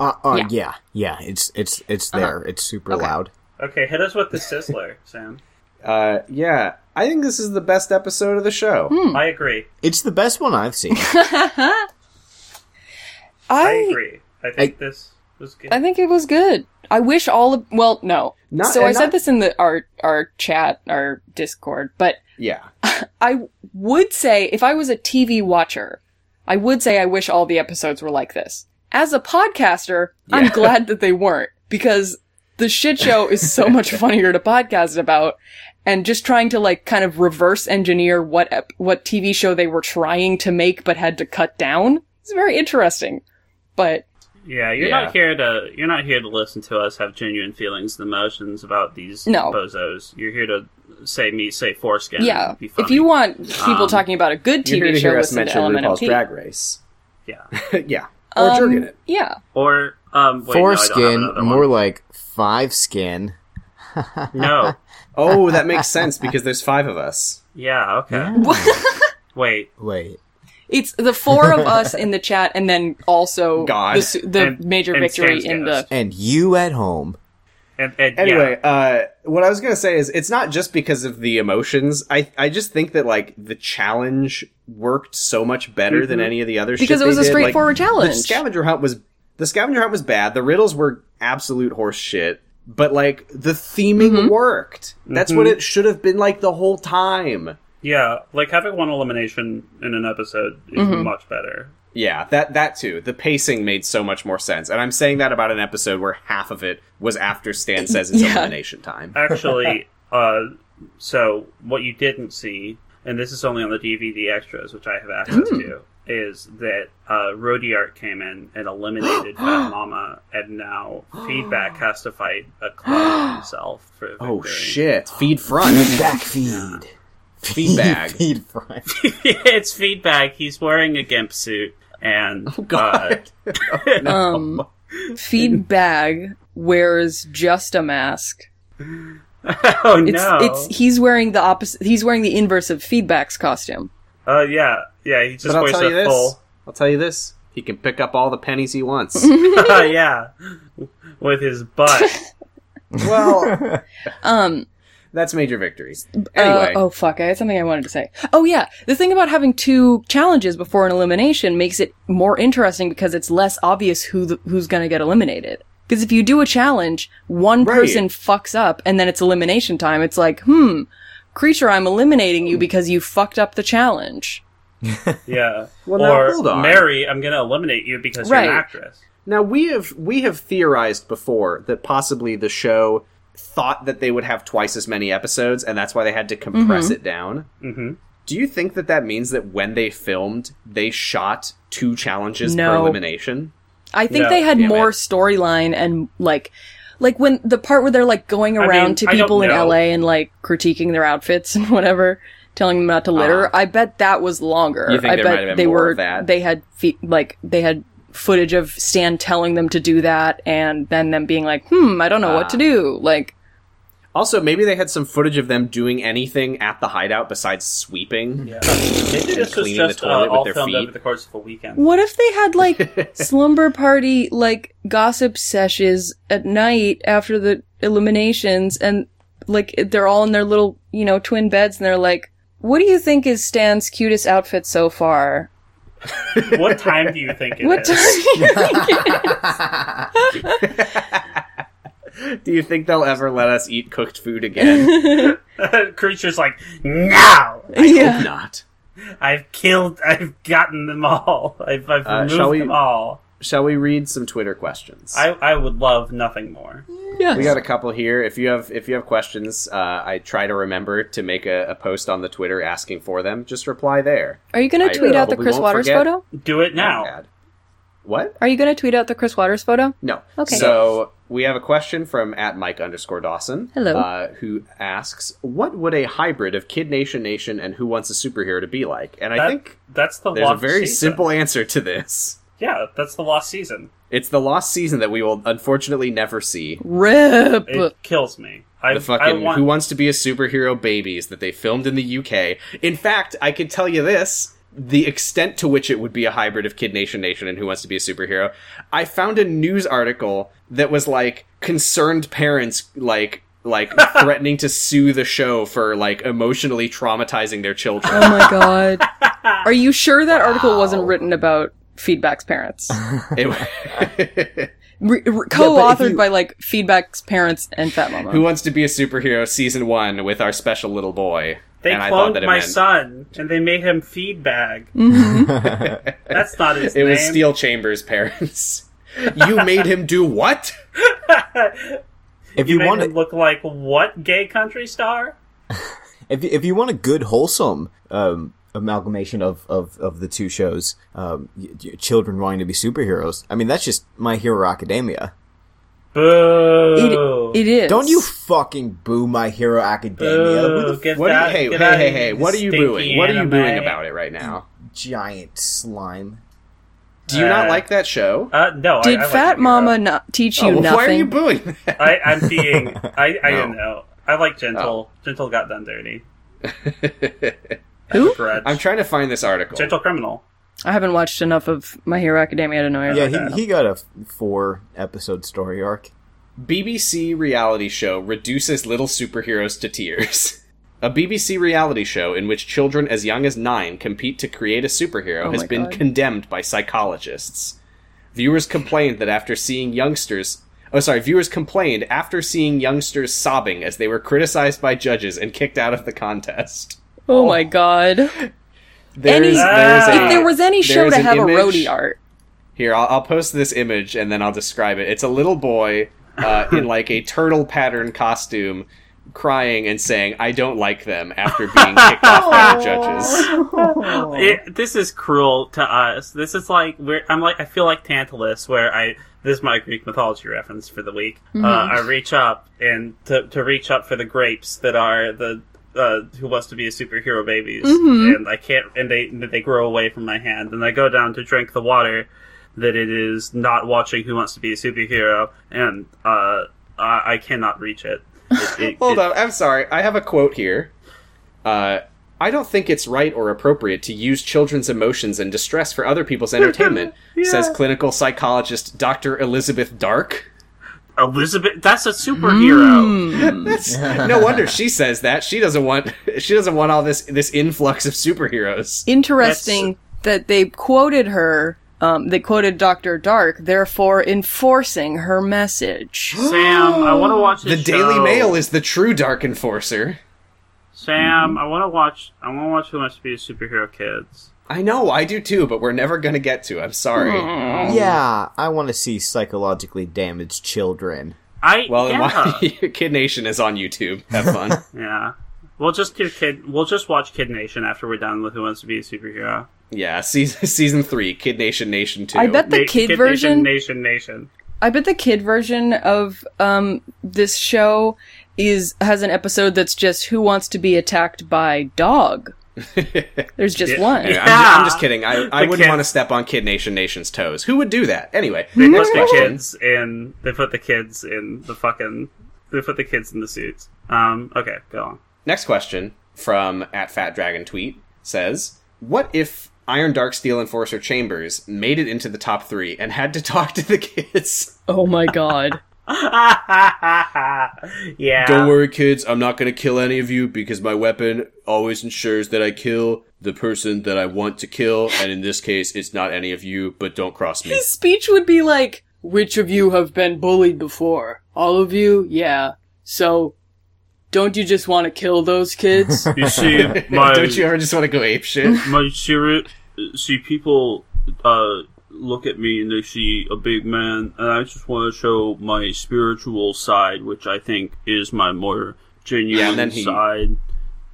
Uh, uh,
Yeah.
yeah. yeah, It's it's it's there. It's super loud.
Uh-huh. Okay, hit us with the sizzler, Sam.
Uh, yeah, I think this is the best episode of the show.
Hmm.
I agree.
It's the best one I've seen.
I
I
agree. I think this was good.
I think it was good. I wish all of well, no.
Not-
so I
and
said
not-
this in the our our chat, our Discord, but
Yeah,
I would say if I was a TV watcher, I would say I wish all the episodes were like this. As a podcaster, I'm glad that they weren't because the shit show is so much funnier to podcast about and just trying to like kind of reverse engineer what ep- what TV show they were trying to make but had to cut down. It's very interesting. But
yeah, you're
Yeah.
not here to you're not here to listen to us have genuine feelings and emotions about these
No.
bozos. You're here to say me say foreskin.
yeah,
and be
if
funny.
you want people
Um,
talking about a good
you're here
TV
to
show,
hear us
listen to
mention RuPaul's
LMNOP.
Drag Race.
yeah.
yeah, or jerking it.
Yeah.
Or um, wait, no, I don't have
Foreskin,
another
more
one.
like five skin.
no.
Oh, that makes sense because there's five of us.
Yeah. Okay. Wait.
Wait.
It's the four of us in the chat, and then also
God.
the, su- the
And-
major
and
victory
Sam's
in
guest.
the.
And you at home.
And, and,
Anyway, uh, what I was gonna say is it's not just because of the emotions. I I just think that like the challenge worked so much better than any of the other shit
Mm-hmm. Because it was
they
a
did. Like,
straightforward challenge.
The scavenger hunt was the scavenger hunt was bad. The riddles were absolute horse shit. But like the theming
Mm-hmm.
worked. That's what it should have been like the whole time.
yeah, yeah. Like having one elimination in an episode is
Mm-hmm.
much better.
Yeah, that that too. The pacing made so much more sense, and I'm saying that about an episode where half of it was after Stan says it's
Yeah.
elimination time.
Actually, uh, so what you didn't see, and this is only on the DVD extras, which I have access
Hmm.
to, is that uh, Rodiart came in and eliminated Fat Mama, and now Feedback has to fight a clone himself for victory.
Oh shit! Feed front.
Back feed.
Feed bag.
feed front.
it's Feedback. He's wearing a gimp suit, and
Oh,
uh,
Um, feed bag wears just a mask.
oh
It's
no,
it's he's wearing the opposite. He's wearing the inverse of feedback's costume.
uh, yeah, yeah. He just
But I'll
wears
tell you
a
this.
full,
I'll tell you this. He can pick up all the pennies he wants.
uh, yeah, with his butt.
well,
Um.
that's major victory.
uh,
Anyway,
oh fuck! I had something I wanted to say. Oh yeah, the thing about having two challenges before an elimination makes it more interesting because it's less obvious who the, who's going to get eliminated. Because if you do a challenge, one
Right.
person fucks up and then it's elimination time. It's like, hmm, creature, I'm eliminating you because you fucked up the challenge.
Yeah.
Well, now,
or
hold on.
Mary, I'm going to eliminate you because you're
Right.
an actress.
now we have we have theorized before that possibly the show thought that they would have twice as many episodes, and that's why they had to compress
Mm-hmm.
it down.
hmm
Do you think that that means that when they filmed, they shot two challenges per
No.
elimination?
I think
No,
they had
damn
more
it.
storyline and like, like when the part where they're like going
mean,
around to
I don't
people in
know.
LA and like critiquing their outfits and whatever, telling them not to litter. I bet that was longer.
Uh-huh. You think
I
there
bet
might have been
they
more
were
of that?
they had fe- like they had footage of Stan telling them to do that and then them being like, hmm, I don't know
Ah.
what to do. Like,
Also, maybe they had some footage of them doing anything at the hideout besides sweeping.
Yeah. Maybe this was
cleaning the
just
toilet
uh,
with
all
their
filmed
feet.
over the course of a weekend.
what if they had like slumber party like gossip sessions at night after the eliminations and like they're all in their little you know twin beds and they're like what do you think is stan's cutest outfit so far
what time do you think it is?
what time do you think it is?
Do you think they'll ever let us eat cooked food again?
Creature's like, now!
yeah
Not.
I've killed, I've gotten them all. I've, I've
Uh, shall
removed
we-
them all.
Shall we read some Twitter questions?
I, I would love nothing more.
we got a couple here. If you have if you have questions, uh, I try to remember to make a, a post on the Twitter asking for them. Just reply there.
are you gonna
I
tweet out the
probably
chris
won't
waters
forget.
photo
Do
Oh,
it now.
Ad. What?
are you gonna tweet out the chris waters photo
No.
Okay.
So we have a question from at Mike underscore Dawson.
Hello.
Uh, who asks, "What would a hybrid of Kid Nation Nation and Who Wants a Superhero to be like?" And I
That-
think
that's the
there's a
lost
very
season.
simple answer to this.
Yeah, that's the lost season.
It's the lost season that we will unfortunately never see.
rip
It kills me. I,
The fucking
I want,
Who Wants to Be a Superhero babies that they filmed in the UK. In fact, I can tell you this. The extent to which it would be a hybrid of Kid Nation Nation and Who Wants to Be a Superhero, I found a news article that was like concerned parents like like threatening to sue the show for like emotionally traumatizing their children.
oh my god are you sure that article wasn't written about feedback's parents
It-
re- re- co-authored
you-
by like feedback's parents and fat mama
Who Wants to Be a Superhero season one with our special little boy.
They
And I thought that
cloned
it
my
meant-
son, and they made him feedback. That's not his
It
name.
was Steel Chambers' parents. you made him do what?
If
You
you,
made
want
him look like what gay country star?
if you, if you want a good wholesome um, amalgamation of, of, of the two shows, um, y- y- children wanting to be superheroes. I mean, that's just My Hero Academia.
Boo! Oh.
It, it is.
Don't you fucking boo My Hero Academia? Who
Boo!
the
Oh, Get
What
that,
are you, hey,
get
hey,
out of
hey,
here,
hey,
you
what are you
stinky
booing? What are you
anime.
booing about it right now?
giant slime?
Do you not
Uh,
like that show?
Uh, no, I-
Did
I like
Fat
Hero.
Mama not teach you nothing?
Oh, Why are you booing that?
I, I'm being. I,
No.
I
Oh.
don't know. I like Gentle. Gentle got done dirty.
Who?
Brad.
I'm trying to find this article.
Gentle criminal.
I haven't watched enough of My Hero Academia to know.
Yeah, he, he got a f- four episode story arc.
BBC reality show reduces little superheroes to tears. A BBC reality show in which children as young as nine compete to create a superhero
Oh
has
my
been
God.
condemned by psychologists. Viewers complained that after seeing youngsters. Oh, sorry. Viewers complained after seeing youngsters sobbing as they were criticized by judges and kicked out of the contest.
oh my god!
There's,
Any-
there's a,
Ah. if there was any show
Uh, there's
to
an
have a
image-
roadie art,
Here, I'll, I'll post this image and then I'll describe it. It's a little boy uh, in like a turtle pattern costume crying and saying, I don't like them after being kicked off by the judges.
Oh. It, this is cruel to us. This is like we're, I'm like I feel like Tantalus, where I this is my Greek mythology reference for the week. Uh, I reach up and to, to reach up for the grapes that are the uh, who wants to be a superhero babies, and I can't, and they they grow away from my hand, and I go down to drink the water that it is not watching who wants to be a superhero, and uh, I, I cannot reach it. It- it-
Hold
it-
up, I'm sorry. I have a quote here. Uh, I don't think it's right or appropriate to use children's emotions and distress for other people's entertainment, says clinical psychologist Dr. Elizabeth Dark.
Elizabeth, that's a superhero.
Hmm.
no wonder she says that. She doesn't want she doesn't want all this this influx of superheroes.
interesting that they quoted her. Um, they quoted Doctor Dark, therefore enforcing her message.
Sam, I want to watch
The
this
Daily
show.
Mail is the true dark enforcer.
Sam, I want to watch. I want to watch Who Wants to Be a Superhero Kids.
I know, I do too, but we're never gonna get to. I'm
Hmm,
sorry.
Yeah, I want to see psychologically damaged children.
I
Well, then
yeah,
why- Kid Nation is on YouTube. Have fun.
yeah. We'll just do kid. We'll just watch Kid Nation after we're done with Who Wants to Be a Superhero.
yeah, season season three, Kid Nation Nation two.
I bet the
Na-
kid,
Nation,
version.
Nation, Nation.
I bet the kid version of um, this show is has an episode that's just who wants to be attacked by dog. There's just
Yeah.
one.
I'm, ju- I'm
Yeah.
just kidding. I, I
The
wouldn't
kid-
want to step on Kid Nation Nation's toes. Who would do that? Anyway,
They
next
put the
question.
kids in. They put the kids in the fucking. They put the kids in the suits. Um. Okay. Go on.
Next question from at Fat Dragon Tweet says, "What if Iron Dark Steel Enforcer Chambers made it into the top three and had to talk to the kids?
Oh my god.
yeah.
worry, kids. I'm not going to kill any of you because my weapon always ensures that I kill the person that I want to kill, and in this case, it's not any of you. But don't cross me.
His speech would be like, Which of you have been bullied before? All of you? Yeah. So, don't you just want to kill those kids?
You see, my
don't you ever just want to go ape shit?
my seri- see people uh look at me and they see a big man and i just want to show my spiritual side which i think is my more genuine
Yeah, and then he-
side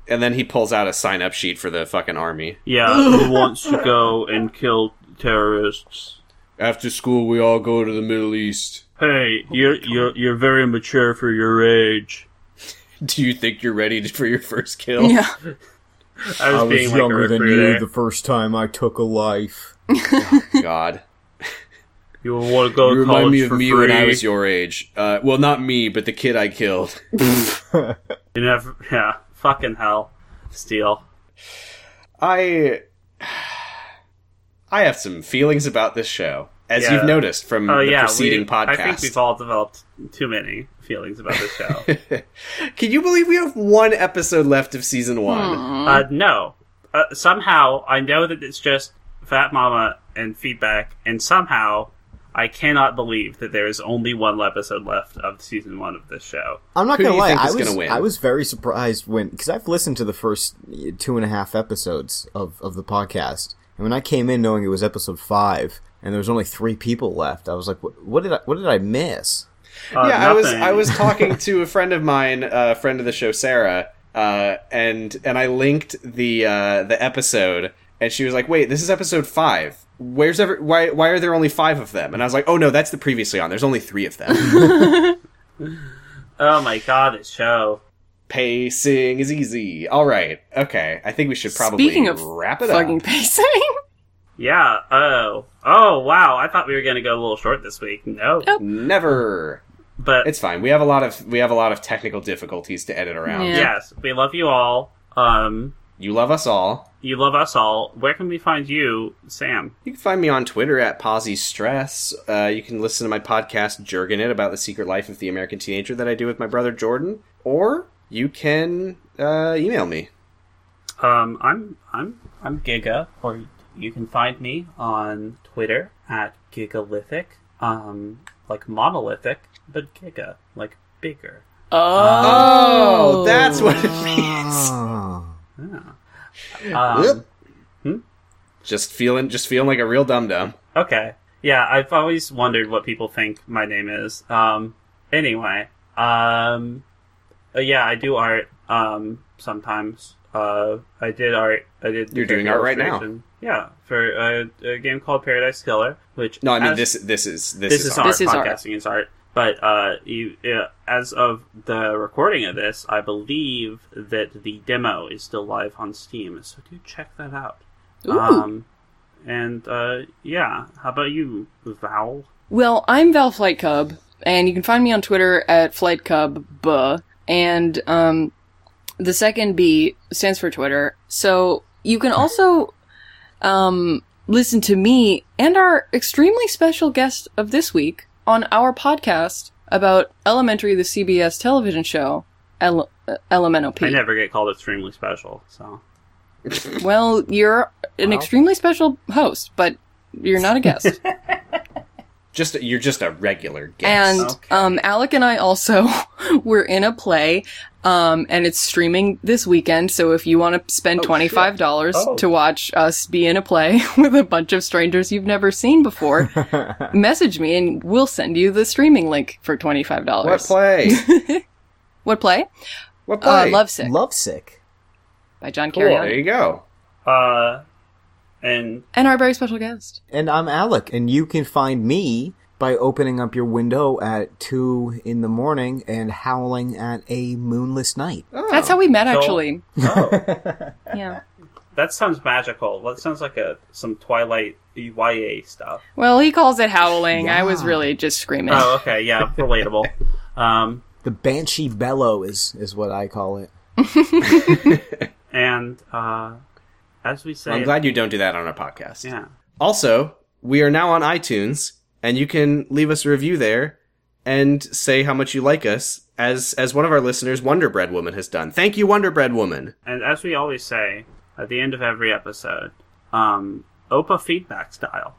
and then he pulls out a sign up sheet for the fucking army.
yeah who wants to go and kill terrorists
After school, we all go to the Middle East. Oh
hey you're you're you're very mature for your age
Do you think you're ready for your first kill?
yeah.
i was, being like a recruiter you,
first time I took a life.
God."
want to go
You
to
remind
college
me of
for
me
free
when I was your age. Uh, well, not me, but the kid I killed.
You never- yeah fucking hell steal
I I have some feelings about this show, as
Yeah.
you've noticed from
Oh
the
yeah,
preceding
we-
podcast.
I think we've all developed too many feelings about this show.
Can you believe we have one episode left of season
Hmm.
one?
Uh, no. Uh, somehow, I know that it's just Fat Mama and feedback, and somehow, I cannot believe that there is only one episode left of season one of this show.
I'm not
Who do
gonna
you
lie.
think
I
is
was
gonna win?
I was very surprised when because I've listened to the first eh, two and a half episodes of of the podcast, and when I came in knowing it was episode five and there was only three people left, I was like, what, what did I what did I miss?
Uh,
yeah, I was
nothing.
I was talking to a friend of mine, a friend of the show, Sarah, uh, and and I linked the uh, the episode, and she was like, "Wait, this is episode five. Where's ever why why are there only five of them?" And I was like, "Oh no, that's the previously on. There's only three of them."
Oh my god, this show.
Pacing is easy. All right. Okay. I think we should probably
Speaking of
wrap it
fucking
up.
pacing.
Yeah. Oh. Oh. Wow. I thought we were gonna go a little short this week. No.
Nope.
Never.
But
It's fine. We have a lot of we have a lot of technical difficulties to edit around.
Yeah.
yes, we love you all. Um,
You love us all.
you love us all. Where can we find you, Sam?
You can find me on Twitter at Posy Stress. Uh, you can listen to my podcast Jergin It about the secret life of the American teenager that I do with my brother Jordan, or you can uh, email me.
Um, I'm I'm I'm Giga, or you can find me on Twitter at Gigalithic, um, like monolithic, but Giga, like bigger.
Oh, that's what it means.
Oh.
Um,
Hmm? Just feeling, just feeling like a real dum dum.
Okay. Yeah, I've always wondered what people think my name is. Um anyway, um uh, yeah, I do art um sometimes. Uh I did art. I did
You're doing art right now.
illustration. Yeah, for a, a game called Paradise Killer, which
No, I mean
as-
this. This is this,
this,
is,
is
art.
art.
This is art.
Podcasting is art. But uh, you, uh, as of the recording of this, I believe that the demo is still live on Steam, so do check that out. Um, and uh, yeah, how about you, Val?
Well, I'm Val Flight Cub, and you can find me on Twitter at Flight Cub buh, and um, the second B stands for Twitter. So you can also um, listen to me and our extremely special guest of this week on our podcast about Elementary, the CBS television show. Ele- uh, LMNOP.
I never get called extremely special, so
Well, you're an extremely special host, but you're not a guest.
Just you're just a regular guest.
And
Okay.
um, Alec and I also were in a play, um, and it's streaming this weekend. So if you want to spend twenty five dollars
Oh.
to watch us be in a play with a bunch of strangers you've never seen before, message me and we'll send you the streaming link for twenty five
what
dollars.
play?
What play?
What play?
Uh, Lovesick
Lovesick.
by John
Cool. There
Carrion.
you go.
uh, and
And our very special guest.
And I'm Alec, and you can find me by opening up your window at 2 in the morning and howling at a moonless night.
That's how we met,
Oh. So-
actually.
oh,
Yeah.
that sounds magical. That sounds like a some Twilight YA stuff.
Well, he calls it howling. I was really just screaming.
Oh, okay, yeah, relatable. Um,
The Banshee Bellow is, is what I call it.
and uh, as we say,
I'm glad you don't do that on our podcast.
yeah.
Also, we are now on iTunes, and you can leave us a review there and say how much you like us, as as one of our listeners, Wonder Bread Woman, has done. Thank you, Wonder Bread Woman.
And as we always say at the end of every episode, um, OPA feedback style,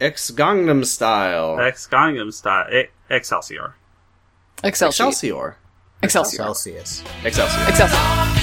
Ex Gangnam Style.
ex Gangnam style, e- Excelsior.
Excelsior.
Excelsior.
Excelsior.
Celsius.
Excelsior.
Excelsior.